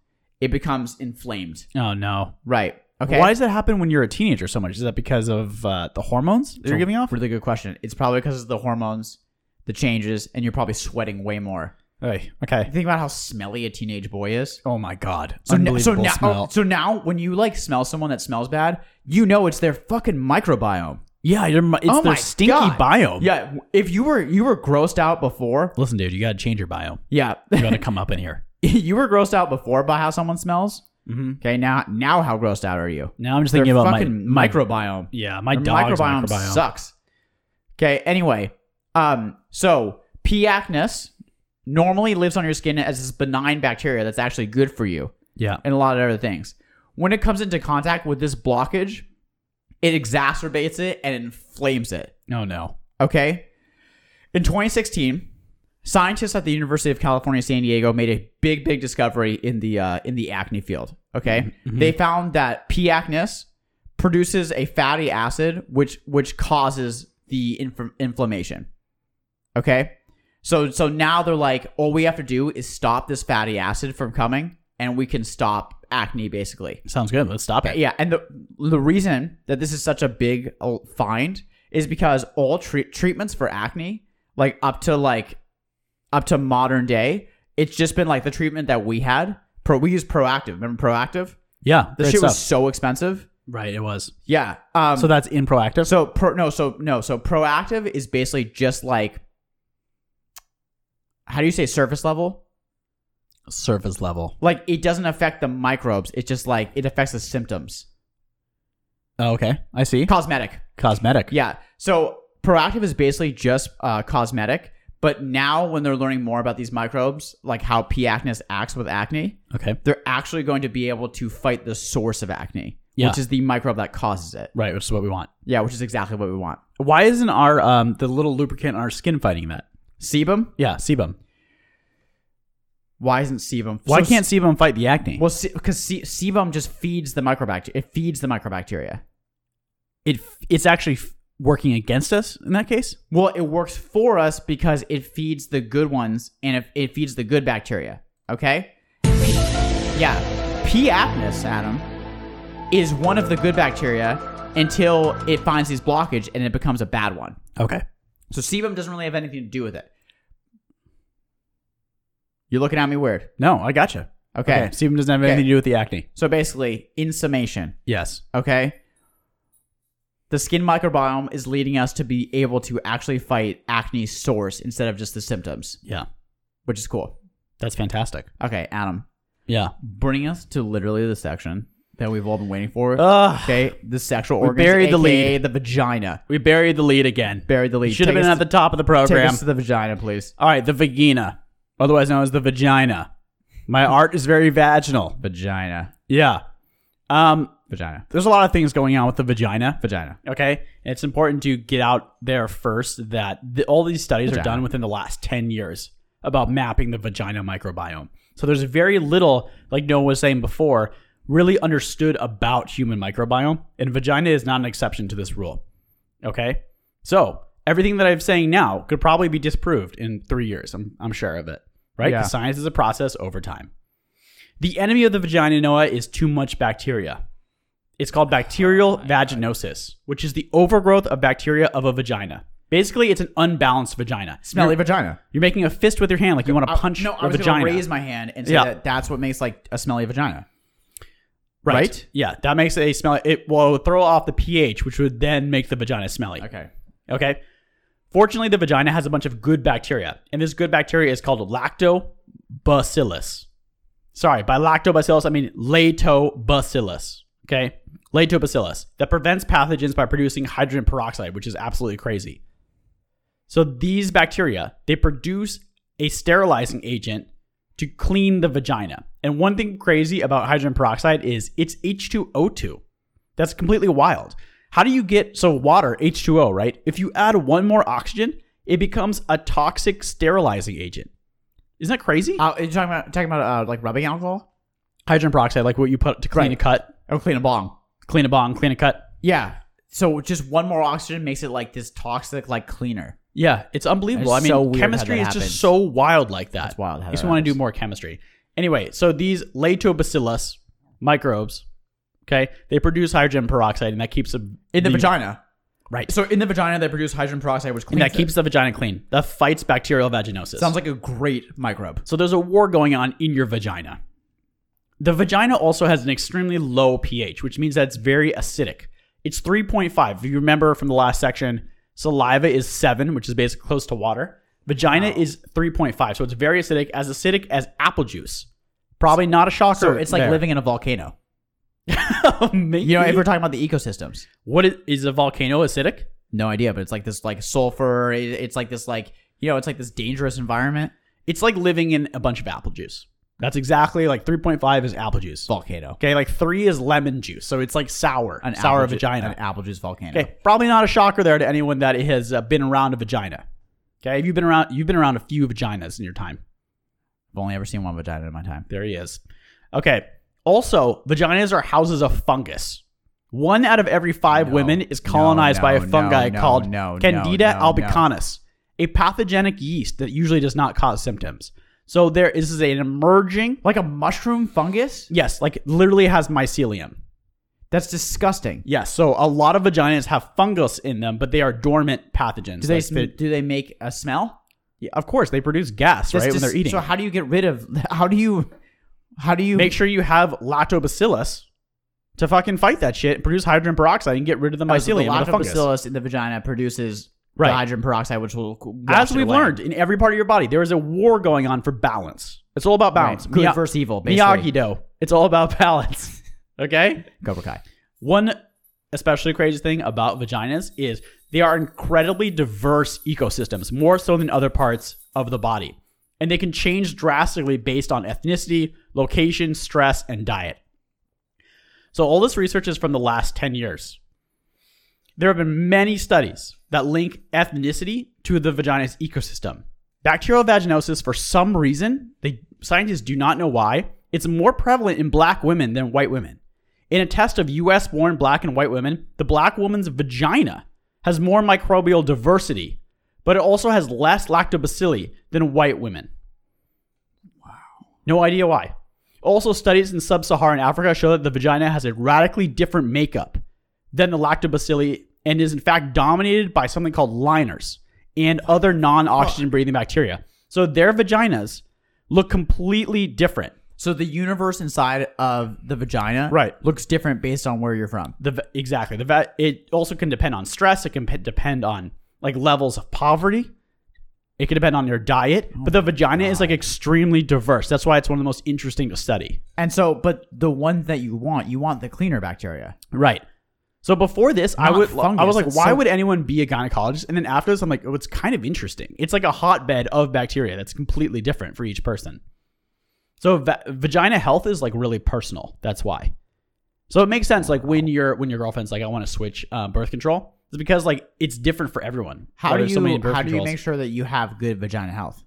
Speaker 1: it becomes inflamed.
Speaker 2: Oh no.
Speaker 1: Right. Okay.
Speaker 2: Why does that happen when you're a teenager so much? Is that because of uh, the hormones that you're giving off?
Speaker 1: Really good question. It's probably because of the hormones, the changes, and you're probably sweating way more.
Speaker 2: Hey, okay.
Speaker 1: Think about how smelly a teenage boy is.
Speaker 2: Oh my god.
Speaker 1: So, n- so
Speaker 2: Unbelievable
Speaker 1: now, oh,
Speaker 2: smell.
Speaker 1: so now, when you like smell someone that smells bad, you know it's their fucking microbiome.
Speaker 2: yeah, you're, mi- it's
Speaker 1: Oh my
Speaker 2: their stinky
Speaker 1: God.
Speaker 2: biome.
Speaker 1: Yeah, if you were you were grossed out before,
Speaker 2: Listen, dude, you gotta change your biome.
Speaker 1: yeah,
Speaker 2: You gotta come up in here.
Speaker 1: you were grossed out before by how someone smells.
Speaker 2: Mm-hmm.
Speaker 1: Okay, now now how grossed out are you?
Speaker 2: Now I'm just
Speaker 1: Their
Speaker 2: thinking about my,
Speaker 1: fucking
Speaker 2: my-
Speaker 1: microbiome.
Speaker 2: Yeah, my
Speaker 1: Their
Speaker 2: dog's
Speaker 1: microbiome,
Speaker 2: microbiome,
Speaker 1: sucks. Okay, anyway, um, so P. acnes normally lives on your skin as this benign bacteria that's actually good for you.
Speaker 2: Yeah.
Speaker 1: and a lot of other things. When it comes into contact with this blockage, it exacerbates it and inflames it.
Speaker 2: No, no.
Speaker 1: Okay? In 2016, scientists at the University of California, San Diego made a big, big discovery in the uh, in the acne field. Okay? They found that P. acnes produces a fatty acid which which causes the inf- inflammation. Okay? So so now they're like, all we have to do is stop this fatty acid from coming, and we can stop acne basically.
Speaker 2: Sounds good. Let's stop it.
Speaker 1: Yeah, and the the reason that this is such a big uh, find is because all tre- treatments for acne, like up to like up to modern day, it's just been like the treatment that we had. Pro, we used proactive. Remember proactive?
Speaker 2: Yeah.
Speaker 1: The
Speaker 2: great
Speaker 1: shit was
Speaker 2: stuff.
Speaker 1: so expensive.
Speaker 2: right. It was.
Speaker 1: Yeah. Um,
Speaker 2: So that's in proactive.
Speaker 1: so pro no so no so proactive is basically just like how do you say surface level?
Speaker 2: surface level.
Speaker 1: Like it doesn't affect the microbes. It's just like it affects the symptoms.
Speaker 2: Oh, okay. I see.
Speaker 1: Cosmetic.
Speaker 2: Cosmetic.
Speaker 1: Yeah. So proactive is basically just uh, cosmetic, but now when they're learning more about these microbes, like how P. acnes acts with acne,
Speaker 2: Okay.
Speaker 1: they're actually going to be able to fight the source of acne,
Speaker 2: Yeah.
Speaker 1: which is the microbe that causes it.
Speaker 2: Right, which is what we want.
Speaker 1: Yeah, which is exactly what we want.
Speaker 2: Why isn't our um the little lubricant on our skin fighting that?
Speaker 1: Sebum?
Speaker 2: Yeah, sebum.
Speaker 1: Why isn't sebum?
Speaker 2: Why
Speaker 1: so-
Speaker 2: can't sebum fight the acne?
Speaker 1: Well, because sebum just feeds the microbacteria. It feeds the microbacteria.
Speaker 2: it it's actually f- working against us in that case.
Speaker 1: Well, it works for us because it feeds the good ones and it, it feeds the good bacteria. Okay? Yeah. P. acnes, Adam, is one of the good bacteria until it finds these blockage and it becomes a bad one.
Speaker 2: Okay.
Speaker 1: So sebum doesn't really have anything to do with it. You're looking at me weird.
Speaker 2: No, I gotcha.
Speaker 1: Okay.
Speaker 2: Okay. Sebum doesn't have anything to do with the acne.
Speaker 1: So basically, in summation,
Speaker 2: Yes.
Speaker 1: okay? The skin microbiome is leading us to be able to actually fight acne source instead of just the symptoms,
Speaker 2: Yeah.
Speaker 1: which is cool.
Speaker 2: That's fantastic.
Speaker 1: Okay, Adam,
Speaker 2: Yeah.
Speaker 1: bring us to literally the section that we've all been waiting for.
Speaker 2: Ugh.
Speaker 1: okay, the sexual organs,
Speaker 2: buried the
Speaker 1: aka the vagina.
Speaker 2: We buried the lead again.
Speaker 1: Buried the lead.
Speaker 2: Should have
Speaker 1: Take
Speaker 2: been
Speaker 1: us
Speaker 2: at the
Speaker 1: to-
Speaker 2: top of the
Speaker 1: Take
Speaker 2: program.
Speaker 1: us to the vagina, please.
Speaker 2: All right, the vagina, otherwise known as the vagina. My art is very vaginal.
Speaker 1: Vagina,
Speaker 2: Yeah. Um,
Speaker 1: vagina,
Speaker 2: there's a lot of things going on with the vagina.
Speaker 1: vagina.
Speaker 2: Okay, And it's important to get out there first that the, all these studies are
Speaker 1: Vagina.
Speaker 2: done within the last ten years about mapping the vagina microbiome. So there's very little, like Noah was saying before, really understood about human microbiome, and vagina is not an exception to this rule. Okay, so everything that I'm saying now could probably be disproved in three years. I'm I'm sure of it. Right?
Speaker 1: Yeah.
Speaker 2: Because science is a process over time. The enemy of the vagina, Noah, is too much bacteria. It's called
Speaker 1: Oh
Speaker 2: bacterial vaginosis, which is the overgrowth of bacteria of a vagina. Basically, it's an unbalanced vagina.
Speaker 1: Smelly
Speaker 2: You're,
Speaker 1: vagina.
Speaker 2: you're making a fist with your hand, like you want to
Speaker 1: I-
Speaker 2: punch
Speaker 1: Uh, no, I
Speaker 2: a
Speaker 1: was gonna
Speaker 2: vagina.
Speaker 1: raise my hand and say
Speaker 2: Yeah.
Speaker 1: that that's what makes like a smelly vagina.
Speaker 2: right.
Speaker 1: right?
Speaker 2: Yeah, that makes a smell. It will throw off the pH, which would then make the vagina smelly.
Speaker 1: Okay.
Speaker 2: Okay. Fortunately, the vagina has a bunch of good bacteria, and this good bacteria is called lactobacillus. Sorry, by lactobacillus, I mean latobacillus. Okay? Latobacillus that prevents pathogens by producing hydrogen peroxide, which is absolutely crazy. So these bacteria, they produce a sterilizing agent to clean the vagina. And one thing crazy about hydrogen peroxide is it's H2O2. That's completely wild. How do you get so water H2O, right? If you add one more oxygen, it becomes a toxic sterilizing agent. Isn't that crazy?
Speaker 1: Uh, are you talking about talking about uh, like rubbing alcohol?
Speaker 2: Hydrogen peroxide, like what you put to clean
Speaker 1: Right.
Speaker 2: a cut,
Speaker 1: Or Oh, clean a bong?
Speaker 2: clean a bong, clean a cut.
Speaker 1: Yeah. So just one more oxygen makes it like this toxic, like cleaner.
Speaker 2: Yeah, it's unbelievable.
Speaker 1: It's
Speaker 2: I mean,
Speaker 1: so weird how
Speaker 2: chemistry
Speaker 1: that
Speaker 2: is just
Speaker 1: happens.
Speaker 2: so wild like that.
Speaker 1: It's wild how
Speaker 2: I just
Speaker 1: that
Speaker 2: want to do
Speaker 1: happens.
Speaker 2: more chemistry. Anyway, so these Latobacillus microbes, okay, they produce hydrogen peroxide, and that keeps the
Speaker 1: In the vagina.
Speaker 2: right,
Speaker 1: So in the vagina, they produce hydrogen peroxide, which
Speaker 2: and
Speaker 1: cleans
Speaker 2: that
Speaker 1: it.
Speaker 2: keeps the vagina clean. That fights bacterial vaginosis.
Speaker 1: Sounds like a great microbe.
Speaker 2: So there's a war going on in your vagina. The vagina also has an extremely low pH, which means that it's very acidic. It's 3.5. If you remember from the last section, saliva is 7, which is basically close to water. Vagina is 3.5. So it's very acidic, as acidic as apple juice. Probably not a shocker.
Speaker 1: So it's like
Speaker 2: there.
Speaker 1: living in a volcano.
Speaker 2: Maybe.
Speaker 1: You know, if we're talking about the ecosystems,
Speaker 2: what is, is a volcano acidic?
Speaker 1: no idea, but it's like this like sulfur. it- It's like this like you know, it's like this dangerous environment.
Speaker 2: It's like living in a bunch of apple juice. That's exactly like 3.5 is apple juice.
Speaker 1: Volcano.
Speaker 2: Okay, like 3 is lemon juice. So it's like sour,
Speaker 1: An
Speaker 2: sour
Speaker 1: apple ju-
Speaker 2: vagina.
Speaker 1: an apple juice volcano.
Speaker 2: Okay, probably not a shocker there to anyone that has uh, been around a vagina. Okay, if you've been around, you've been around a few vaginas in your time.
Speaker 1: I've only ever seen one vagina in my time.
Speaker 2: There he is. Okay. Also, vaginas are houses of fungus. One out of every five
Speaker 1: No,
Speaker 2: women is colonized
Speaker 1: no,
Speaker 2: by a
Speaker 1: no,
Speaker 2: fungi
Speaker 1: no,
Speaker 2: called
Speaker 1: no, no,
Speaker 2: Candida
Speaker 1: no, no.
Speaker 2: albicans, a pathogenic yeast that usually does not cause symptoms. So there this is an emerging.
Speaker 1: Like a mushroom fungus?
Speaker 2: Yes, like literally has mycelium.
Speaker 1: That's disgusting.
Speaker 2: Yes, so a lot of vaginas have fungus in them, but they are dormant pathogens.
Speaker 1: Do they
Speaker 2: Like
Speaker 1: sm- do they make a smell?
Speaker 2: Yeah, of course they produce gas
Speaker 1: That's
Speaker 2: right when
Speaker 1: dis-
Speaker 2: they're eating.
Speaker 1: So how do you get rid of? How do you? How do you?
Speaker 2: Make sure you have lactobacillus to fucking fight that shit and produce hydrogen peroxide and get rid of the
Speaker 1: Oh, so
Speaker 2: mycelium, and the
Speaker 1: the
Speaker 2: fungus.
Speaker 1: lactobacillus in the vagina produces
Speaker 2: Right.
Speaker 1: the hydrogen peroxide, which will c- wash
Speaker 2: As
Speaker 1: it
Speaker 2: we've
Speaker 1: away.
Speaker 2: learned, in every part of your body, there is a war going on for balance. It's all about
Speaker 1: Right.
Speaker 2: balance.
Speaker 1: Good
Speaker 2: Mia-
Speaker 1: versus evil, basically.
Speaker 2: Miyagi Do. It's all about balance. okay.
Speaker 1: Cobra Kai.
Speaker 2: One especially crazy thing about vaginas is they are incredibly diverse ecosystems, more so than other parts of the body. And they can change drastically based on ethnicity, location, stress, and diet. So, all this research is from the last 10 years. There have been many studies that link ethnicity to the vagina's ecosystem. Bacterial vaginosis, for some reason, they, scientists do not know why, it's more prevalent in black women than white women. In a test of US born black and white women, the black woman's vagina has more microbial diversity, but it also has less lactobacilli than white women. Wow. No idea why. Also, studies in sub Saharan Africa show that the vagina has a radically different makeup than the lactobacilli and is in fact dominated by something called liners and other non oxygen breathing bacteria. So their vaginas look completely different.
Speaker 1: So the universe inside of the vagina,
Speaker 2: Right.
Speaker 1: looks different based on where you're from.
Speaker 2: The v- exactly the va- it also can depend on stress. It can pe- depend on like levels of poverty. It can depend on your diet, but the vagina is like extremely diverse. That's why it's one of the most interesting to study.
Speaker 1: And so, but the one that you want, you want the cleaner bacteria.
Speaker 2: Right. So before this, I
Speaker 1: Not
Speaker 2: would I
Speaker 1: fungus,
Speaker 2: was like,
Speaker 1: it's
Speaker 2: why
Speaker 1: so-
Speaker 2: would anyone be a gynecologist? And then after this, I'm like, oh, it's kind of interesting. It's like a hotbed of bacteria that's completely different for each person. So va- vagina health is like really personal. That's why. So it makes sense. Like when your when your girlfriend's like, I want to switch uh, birth control, it's because like it's different for everyone.
Speaker 1: How
Speaker 2: Why
Speaker 1: do
Speaker 2: there's
Speaker 1: you?
Speaker 2: so many birth
Speaker 1: how do you
Speaker 2: controls.
Speaker 1: make sure that you have good vagina health?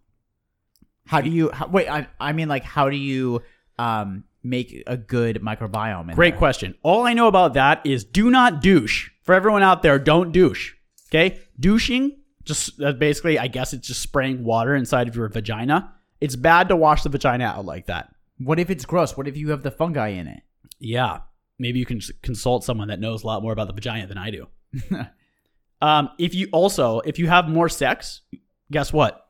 Speaker 1: How do you? How, wait, I, I mean, like, how do you um make a good microbiome? in
Speaker 2: Great
Speaker 1: there?
Speaker 2: question. All I know about that is do not douche. For everyone out there, don't douche. Okay? Douching, just uh, basically, I guess it's just spraying water inside of your vagina. It's bad to wash the vagina out like that.
Speaker 1: What if it's gross? What if you have the fungi in it?
Speaker 2: Yeah. Maybe you can s- consult someone that knows a lot more about the vagina than I do. um, if you also, if you have more sex, guess what?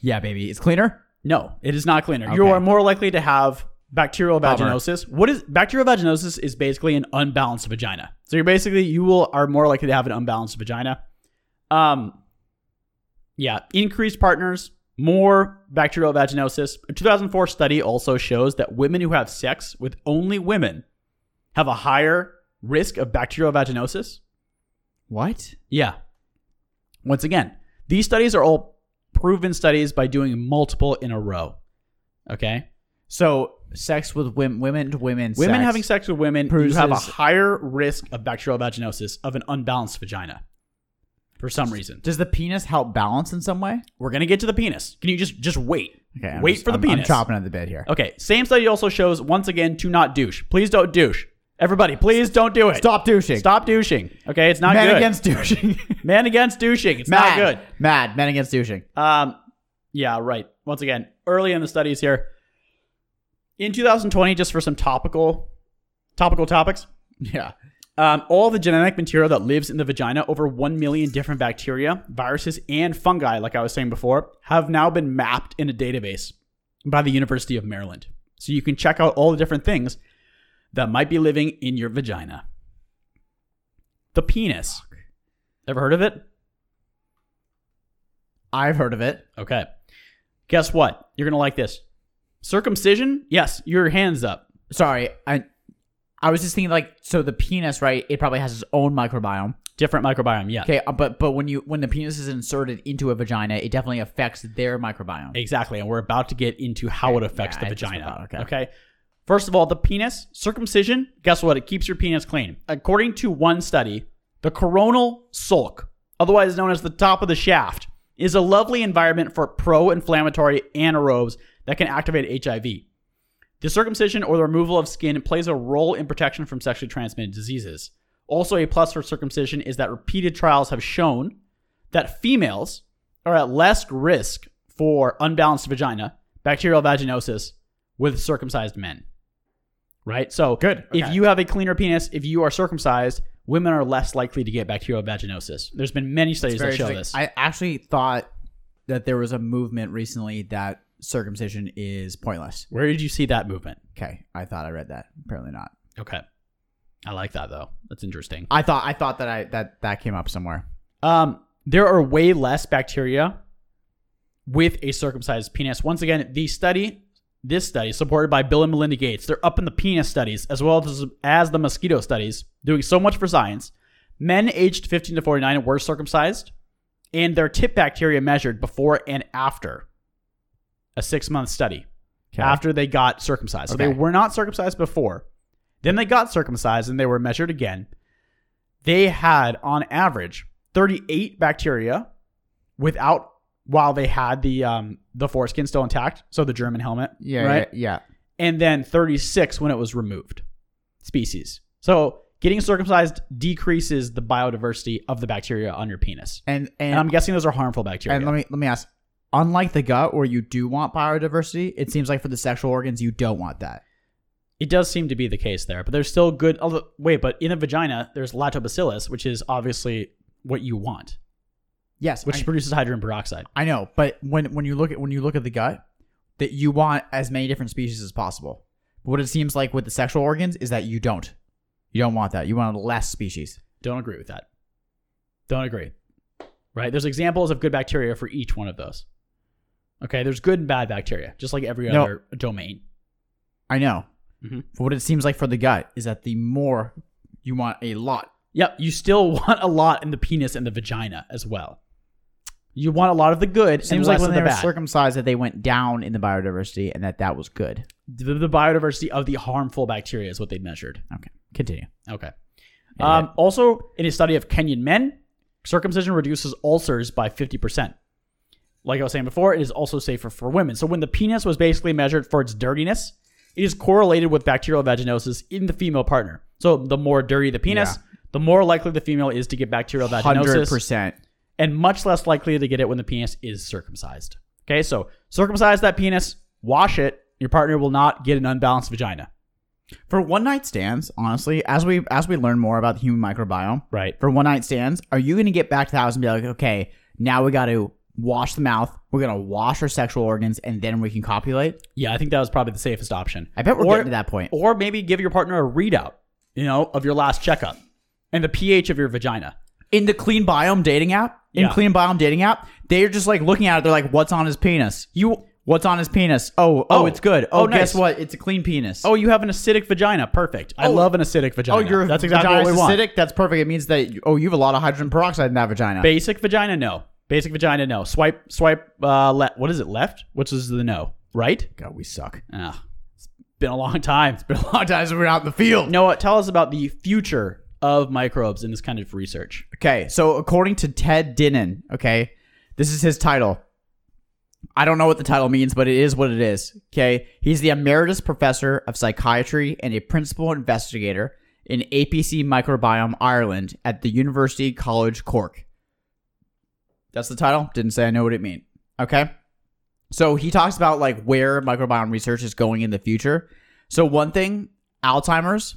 Speaker 1: Yeah, baby, it's cleaner.
Speaker 2: No, it is not cleaner. You
Speaker 1: Okay.
Speaker 2: are more likely to have bacterial
Speaker 1: Bummer.
Speaker 2: vaginosis. What is bacterial vaginosis is basically an unbalanced vagina. So you're basically you will are more likely to have an unbalanced vagina. Um Yeah, increased partners, more bacterial vaginosis. A 2004 study also shows that women who have sex with only women have a higher risk of bacterial vaginosis.
Speaker 1: What?
Speaker 2: Yeah. Once again, these studies are all proven studies by doing multiple in a row. Okay?
Speaker 1: So sex with women, women to women,
Speaker 2: Women
Speaker 1: sex.
Speaker 2: having sex with women who have a
Speaker 1: Produces-
Speaker 2: higher risk of bacterial vaginosis of an unbalanced vagina for some reason.
Speaker 1: Does the penis help balance in some way?
Speaker 2: We're going to get to the penis. Can you just just wait?
Speaker 1: Okay. I'm
Speaker 2: wait
Speaker 1: just-
Speaker 2: for the
Speaker 1: I'm,
Speaker 2: penis.
Speaker 1: I'm chopping at the bit here.
Speaker 2: Okay, same study also shows once again to not douche. Please don't douche. Everybody, please don't do it.
Speaker 1: Stop douching.
Speaker 2: Stop douching. Okay, it's not
Speaker 1: Men
Speaker 2: good.
Speaker 1: against douching.
Speaker 2: Man against douching. It's
Speaker 1: Mad.
Speaker 2: not good.
Speaker 1: Mad. Men against douching.
Speaker 2: Um, yeah, right. Once again, early in the studies here. In 2020, just for some topical, topical topics,
Speaker 1: Yeah.
Speaker 2: um, all the genetic material that lives in the vagina, over 1 million different bacteria, viruses, and fungi, like I was saying before, have now been mapped in a database by the University of Maryland. So you can check out all the different things that might be living in your vagina. The penis. Ever heard of it?
Speaker 1: I've heard of it.
Speaker 2: Okay. Guess what? You're going to like this. Circumcision? Yes, your hands up.
Speaker 1: Sorry. I I was just thinking like so the penis, right? It probably has its own microbiome.
Speaker 2: Different microbiome. Yeah.
Speaker 1: Okay, uh, but but when you when the penis is inserted into a vagina, it definitely affects their microbiome.
Speaker 2: Exactly. And we're about to get into how it affects
Speaker 1: yeah,
Speaker 2: the
Speaker 1: I just
Speaker 2: vagina.
Speaker 1: about-
Speaker 2: okay.
Speaker 1: okay.
Speaker 2: First of all, the penis, circumcision, guess what? It keeps your penis clean. According to one study, the coronal sulc, otherwise known as the top of the shaft, is a lovely environment for pro inflammatory anaerobes that can activate HIV. The circumcision or the removal of skin plays a role in protection from sexually transmitted diseases. Also, a plus for circumcision is that repeated trials have shown that females are at less risk for unbalanced vagina, bacterial vaginosis with circumcised men. Right? So,
Speaker 1: Good.
Speaker 2: if
Speaker 1: Okay.
Speaker 2: you have a cleaner penis, if you are circumcised, women are less likely to get bacterial vaginosis. There's been many studies that
Speaker 1: Very
Speaker 2: show
Speaker 1: interesting.
Speaker 2: this.
Speaker 1: I actually thought that there was a movement recently that circumcision is pointless.
Speaker 2: Where did you see that movement?
Speaker 1: Okay, I thought I read that. Apparently not.
Speaker 2: Okay. I like that though. That's interesting.
Speaker 1: I thought I thought that I that that came up somewhere.
Speaker 2: Um, there are way less bacteria with a circumcised penis. Once again, the study, this study, supported by Bill and Melinda Gates, they're up in the penis studies as well as, as the mosquito studies, doing so much for science. Men aged 15 to 49 were circumcised, and their tip bacteria measured before and after a six month study
Speaker 1: Okay.
Speaker 2: after they got circumcised. So
Speaker 1: Okay.
Speaker 2: they were not circumcised before. Then they got circumcised and they were measured again. They had, on average, 38 bacteria without while they had the um, the foreskin still intact, so the German helmet,
Speaker 1: yeah,
Speaker 2: right,
Speaker 1: yeah,
Speaker 2: and then 36 when it was removed, species. So getting circumcised decreases the biodiversity of the bacteria on your penis,
Speaker 1: yeah. And and
Speaker 2: and I'm guessing those are harmful bacteria.
Speaker 1: and let me let me ask. Unlike the gut, where you do want biodiversity, it seems like for the sexual organs you don't want that.
Speaker 2: It does seem to be the case there, but there's still good. Although, wait, but in the vagina, there's lactobacillus, which is obviously what you want,
Speaker 1: Yes,
Speaker 2: which
Speaker 1: I,
Speaker 2: produces hydrogen peroxide.
Speaker 1: I know, but when when you look at when you look at the gut, that you want as many different species as possible. What it seems like with the sexual organs is that you don't. You don't want that. You want less species.
Speaker 2: Don't agree with that. Don't agree. Right? There's examples of good bacteria for each one of those. Okay, there's good and bad bacteria, just like every
Speaker 1: No.
Speaker 2: other domain.
Speaker 1: I know.
Speaker 2: Mhm.
Speaker 1: But what it seems like for the gut is that the more you want a lot.
Speaker 2: Yep, you still want a lot in the penis and the vagina as well. You want a lot of the good.
Speaker 1: Seems
Speaker 2: and
Speaker 1: like
Speaker 2: less
Speaker 1: when
Speaker 2: of
Speaker 1: they
Speaker 2: the
Speaker 1: were
Speaker 2: bad.
Speaker 1: circumcised that they went down in the biodiversity and that that was good.
Speaker 2: the, the biodiversity of the harmful bacteria is what they measured.
Speaker 1: Okay, continue.
Speaker 2: Okay.
Speaker 1: Yeah.
Speaker 2: Um, also, in a study of Kenyan men, circumcision reduces ulcers by 50%. Like I was saying before, it is also safer for women. So, when the penis was basically measured for its dirtiness, it is correlated with bacterial vaginosis in the female partner. So, the more dirty the penis, the more likely the female is to get bacterial
Speaker 1: Hundred
Speaker 2: vaginosis
Speaker 1: percent.
Speaker 2: and much less likely to get it when the penis is circumcised. Okay, so circumcise that penis, wash it, your partner will not get an unbalanced vagina.
Speaker 1: For one night stands, honestly, as we as we learn more about the human microbiome,
Speaker 2: Right.
Speaker 1: for one night stands, are you going to get back to the house and be like, okay, now we got to wash the mouth, we're going to wash our sexual organs, and then we can copulate?
Speaker 2: Yeah, I think that was probably the safest option.
Speaker 1: I bet we're
Speaker 2: Or-
Speaker 1: getting to that point.
Speaker 2: or maybe give your partner a readout, you know, of your last checkup and the pH of your vagina.
Speaker 1: In the Clean Biome dating app, in
Speaker 2: Yeah.
Speaker 1: Clean Bottom dating app, they're just like looking at it. They're like, "What's on his penis? You what's on his penis? Oh, oh,
Speaker 2: Oh.
Speaker 1: it's good. Oh,
Speaker 2: Oh,
Speaker 1: guess
Speaker 2: nice.
Speaker 1: what? It's a clean penis.
Speaker 2: Oh, you have an acidic vagina. Perfect. I
Speaker 1: Oh.
Speaker 2: love an acidic vagina.
Speaker 1: oh, your
Speaker 2: that's exactly
Speaker 1: vagina's
Speaker 2: what we want.
Speaker 1: acidic. That's perfect. It means that you- oh, you have a lot of hydrogen peroxide in that vagina.
Speaker 2: Basic vagina, no. Basic vagina, no. Swipe, swipe. Uh, le- what is it? Left? Which is the no? Right?
Speaker 1: God, we suck.
Speaker 2: Ah, it's been a long time. It's been a
Speaker 1: A lot of times we're out in the field.
Speaker 2: Noah, tell us about the future of microbes in this kind of research.
Speaker 1: Okay, so according to Ted Dinnan, okay, this is his title. I don't know what the title means, but it is what it is. Okay, he's the emeritus professor of psychiatry and a principal investigator in APC Microbiome Ireland at the University College Cork. That's the title. Didn't say I know what it meant. Okay, so he talks about like where microbiome research is going in the future. So one thing, Alzheimer's,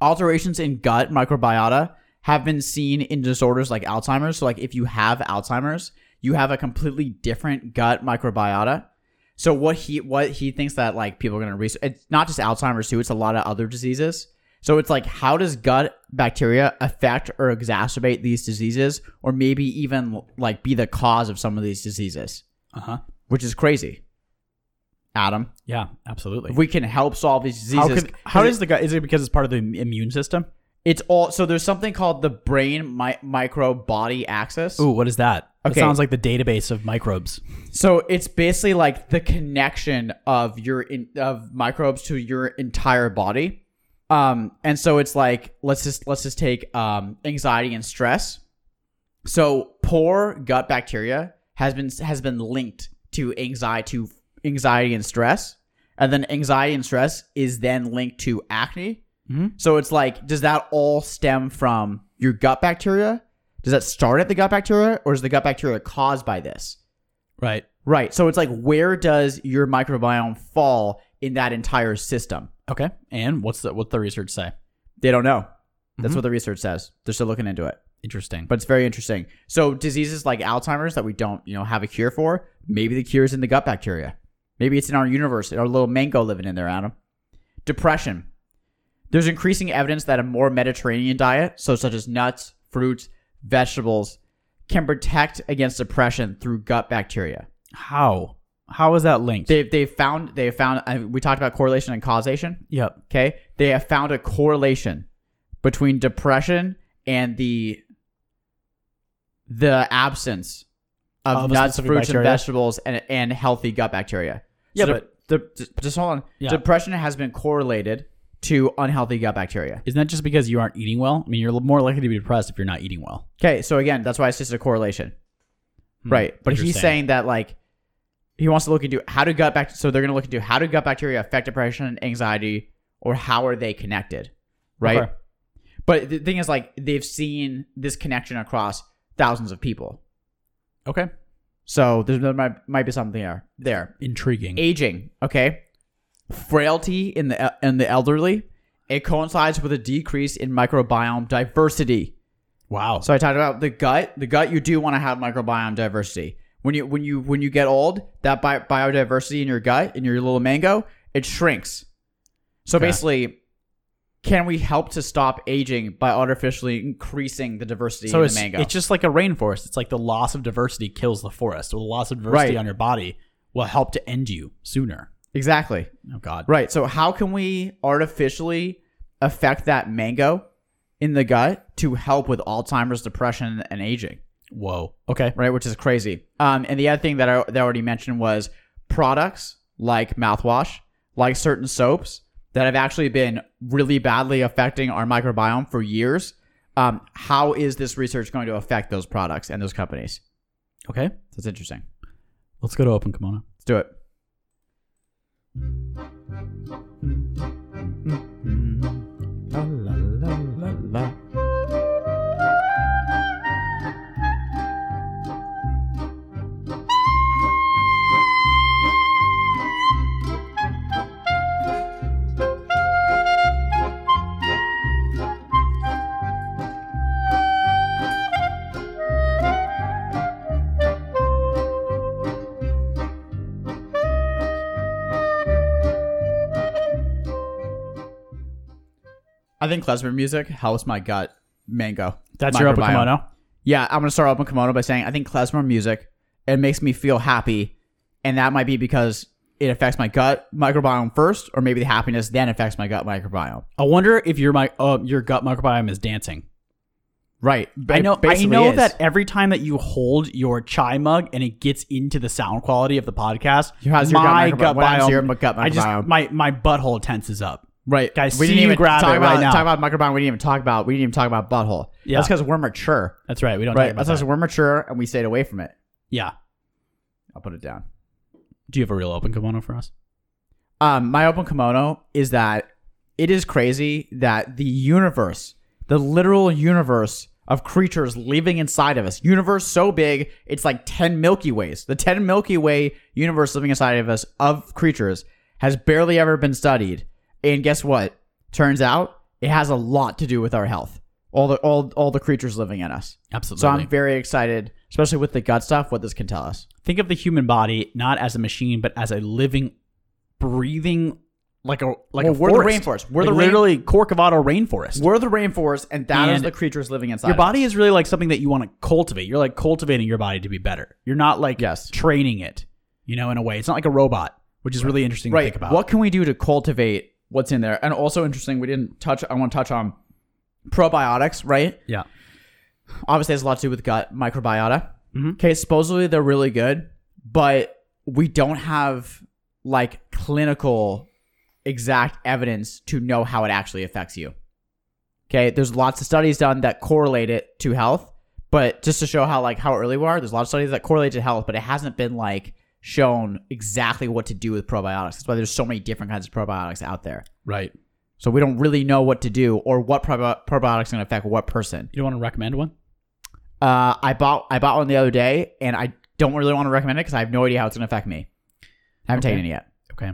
Speaker 1: alterations in gut microbiota have been seen in disorders like Alzheimer's. So, like, if you have Alzheimer's, you have a completely different gut microbiota. So, what he what he thinks that like people are gonna research. It's not just Alzheimer's too. It's a lot of other diseases. So it's like, how does gut bacteria affect or exacerbate these diseases, or maybe even like be the cause of some of these diseases?
Speaker 2: Uh huh.
Speaker 1: Which is crazy. Adam,
Speaker 2: Yeah, absolutely.
Speaker 1: if we can help solve these
Speaker 2: how
Speaker 1: diseases,
Speaker 2: could- how does the gut? Is it because it's part of the im- immune system?
Speaker 1: it's all so there's something called the brain mi- micro body axis.
Speaker 2: Ooh, what is that?
Speaker 1: Okay.
Speaker 2: It sounds like the database of microbes.
Speaker 1: So it's basically like the connection of your in, of microbes to your entire body. Um, and so it's like let's just let's just take um, anxiety and stress. So poor gut bacteria has been has been linked to anxiety to anxiety and stress, and then anxiety and stress is then linked to acne.
Speaker 2: Mhm.
Speaker 1: So it's like, does that all stem from your gut bacteria? Does that start at the gut bacteria, or is the gut bacteria caused by this?
Speaker 2: Right.
Speaker 1: Right. So it's like, where does your microbiome fall in that entire system?
Speaker 2: Okay. And what's the what's the research say?
Speaker 1: They don't know. That's what the research says. They're still looking into it,
Speaker 2: Interesting.
Speaker 1: but it's very interesting. So diseases like Alzheimer's that we don't, you know, have a cure for, maybe the cure is in the gut bacteria. Maybe it's in our universe, in our little mango living in there, Adam. Depression. There's increasing evidence that a more Mediterranean diet, so such as nuts, fruits, vegetables, can protect against depression through gut bacteria.
Speaker 2: how how is that linked?
Speaker 1: They they found they found I- we talked about correlation and causation.
Speaker 2: yep.
Speaker 1: Okay, they have found a correlation between depression and the the absence of
Speaker 2: Of a
Speaker 1: nuts,
Speaker 2: specific
Speaker 1: fruits,
Speaker 2: bacteria?
Speaker 1: and vegetables, and and healthy gut bacteria.
Speaker 2: Yeah,
Speaker 1: So de-
Speaker 2: but-
Speaker 1: de- just- just hold on.
Speaker 2: Yeah.
Speaker 1: Depression has been correlated to unhealthy gut bacteria.
Speaker 2: Isn't that just because you aren't eating well? I mean, you're more likely to be depressed if you're not eating well. Hmm.
Speaker 1: Okay, so again, that's why it's just a correlation, right? Hmm. But he's
Speaker 2: Interesting.
Speaker 1: saying that like he wants to look into how do gut back. So they're going to look into how do gut bacteria affect depression, anxiety, or how are they connected, right?
Speaker 2: Okay.
Speaker 1: But the thing is, like they've seen this connection across thousands of people,
Speaker 2: Okay.
Speaker 1: so there's, there might might be something there. There,
Speaker 2: Intriguing.
Speaker 1: aging, okay, frailty in the uh, in the elderly. It coincides with a decrease in microbiome diversity.
Speaker 2: wow.
Speaker 1: So I talked about the gut. The gut, you do want to have microbiome diversity. When you when you when you get old, that bi- biodiversity in your gut in your little mango it shrinks. So
Speaker 2: Okay.
Speaker 1: basically, can we help to stop aging by artificially increasing the diversity
Speaker 2: So
Speaker 1: in
Speaker 2: it's,
Speaker 1: the mango?
Speaker 2: it's just like a rainforest. It's like the loss of diversity kills the forest. So the loss of diversity
Speaker 1: Right.
Speaker 2: on your body will help to end you sooner.
Speaker 1: exactly
Speaker 2: Oh God.
Speaker 1: right. So how can we artificially affect that mango in the gut to help with Alzheimer's, depression, and aging?
Speaker 2: Whoa. Okay.
Speaker 1: right? Which is crazy. Um, and the other thing that I that I already mentioned was products like mouthwash, like certain soaps that have actually been really badly affecting our microbiome for years. Um, how is this research going to affect those products and those companies?
Speaker 2: Okay.
Speaker 1: That's interesting.
Speaker 2: Let's go to open kimono.
Speaker 1: Let's do it. I think klezmer music helps my gut mango.
Speaker 2: That's your open
Speaker 1: microbiome.
Speaker 2: kimono.
Speaker 1: Yeah, I'm gonna start open kimono by saying I think klezmer music it makes me feel happy, and that might be because it affects my gut microbiome first, or maybe the happiness then affects my gut microbiome.
Speaker 2: I wonder if your my uh, your gut microbiome is dancing.
Speaker 1: Right.
Speaker 2: I know. I know that every time that you hold your chai mug and it gets into the sound quality of the podcast,
Speaker 1: How's your gut
Speaker 2: my
Speaker 1: microbiome?
Speaker 2: gut
Speaker 1: What happens
Speaker 2: biome,
Speaker 1: to your gut
Speaker 2: I just
Speaker 1: microbiome?
Speaker 2: my my butthole tenses up.
Speaker 1: Right,
Speaker 2: Guys,
Speaker 1: We
Speaker 2: see
Speaker 1: didn't
Speaker 2: you
Speaker 1: even
Speaker 2: grab
Speaker 1: talk
Speaker 2: it
Speaker 1: about
Speaker 2: right now.
Speaker 1: talk about microbiome. We didn't even talk about we didn't even talk about butthole.
Speaker 2: Yeah.
Speaker 1: that's because we're mature.
Speaker 2: That's right. We don't talk
Speaker 1: Right,
Speaker 2: about
Speaker 1: that's
Speaker 2: that.
Speaker 1: because we're mature and we stayed away from it.
Speaker 2: yeah.
Speaker 1: I'll put it down.
Speaker 2: Do you have a real open kimono for us?
Speaker 1: Um, my open kimono is that it is crazy that the universe, the literal universe of creatures living inside of us, universe so big it's like ten Milky Ways. The ten Milky Way universe living inside of us of creatures has barely ever been studied. And guess what? Turns out it has a lot to do with our health. All the all all the creatures living in us.
Speaker 2: Absolutely.
Speaker 1: So I'm very excited, especially with the gut stuff, what this can tell us.
Speaker 2: Think of the human body not as a machine, but as a living, breathing, like a like
Speaker 1: Well,
Speaker 2: a
Speaker 1: we're the
Speaker 2: forest.
Speaker 1: rainforest. We're
Speaker 2: Like
Speaker 1: the rain-
Speaker 2: literally Corcovado rainforest.
Speaker 1: We're the rainforest, and that is
Speaker 2: And
Speaker 1: the creatures living inside.
Speaker 2: your
Speaker 1: of us.
Speaker 2: body is really like something that you want to cultivate. You're like cultivating your body to be better. You're not like
Speaker 1: Yes.
Speaker 2: training it, you know, in a way. It's not like a robot, which is really interesting to
Speaker 1: right.
Speaker 2: think about.
Speaker 1: What can we do to cultivate what's in there? And also interesting, we didn't touch. I want to touch on probiotics. Right.
Speaker 2: Yeah.
Speaker 1: Obviously, it has a lot to do with gut microbiota.
Speaker 2: Mhm.
Speaker 1: Okay. Supposedly they're really good, but we don't have like clinical exact evidence to know how it actually affects you. Okay, there's lots of studies done that correlate it to health, but just to show how like how early we are, there's a lot of studies that correlate to health, but it hasn't been like shown exactly what to do with probiotics. That's why there's so many different kinds of probiotics out there.
Speaker 2: Right.
Speaker 1: So we don't really know what to do or what probi- probiotics going to affect what person.
Speaker 2: You don't want to recommend one?
Speaker 1: Uh, I bought I bought one the other day, and I don't really want to recommend it because I have no idea how it's going to affect me. I haven't
Speaker 2: Okay.
Speaker 1: taken it yet.
Speaker 2: Okay.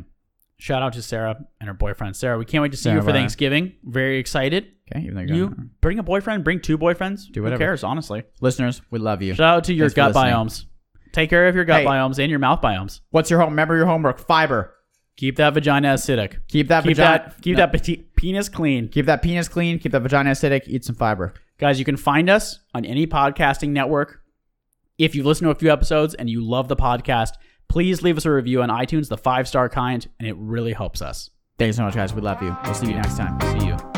Speaker 2: Shout out to Sarah and her boyfriend. Sarah, we can't wait to see
Speaker 1: Sarah
Speaker 2: you for
Speaker 1: Bryan.
Speaker 2: Thanksgiving. Very excited.
Speaker 1: Okay, even though you're
Speaker 2: You
Speaker 1: going-
Speaker 2: bring a boyfriend, bring two boyfriends.
Speaker 1: Do whatever.
Speaker 2: Who cares, honestly?
Speaker 1: listeners, we love you.
Speaker 2: Shout out to your
Speaker 1: Thanks for
Speaker 2: gut
Speaker 1: listening.
Speaker 2: biomes. Take care of your gut
Speaker 1: Hey.
Speaker 2: biomes and your mouth biomes.
Speaker 1: What's your home? Remember your homework: fiber.
Speaker 2: Keep that vagina acidic.
Speaker 1: Keep that
Speaker 2: Keep
Speaker 1: vagina-
Speaker 2: that keep
Speaker 1: No.
Speaker 2: that peti- penis clean.
Speaker 1: Keep that penis clean. Keep that vagina acidic. Eat some fiber.
Speaker 2: Guys, you can find us on any podcasting network. If you listen to a few episodes and you love the podcast, please leave us a review on iTunes, the five star kind, and it really helps us.
Speaker 1: Thanks so much, guys. We love you. We'll see you next time.
Speaker 2: See you.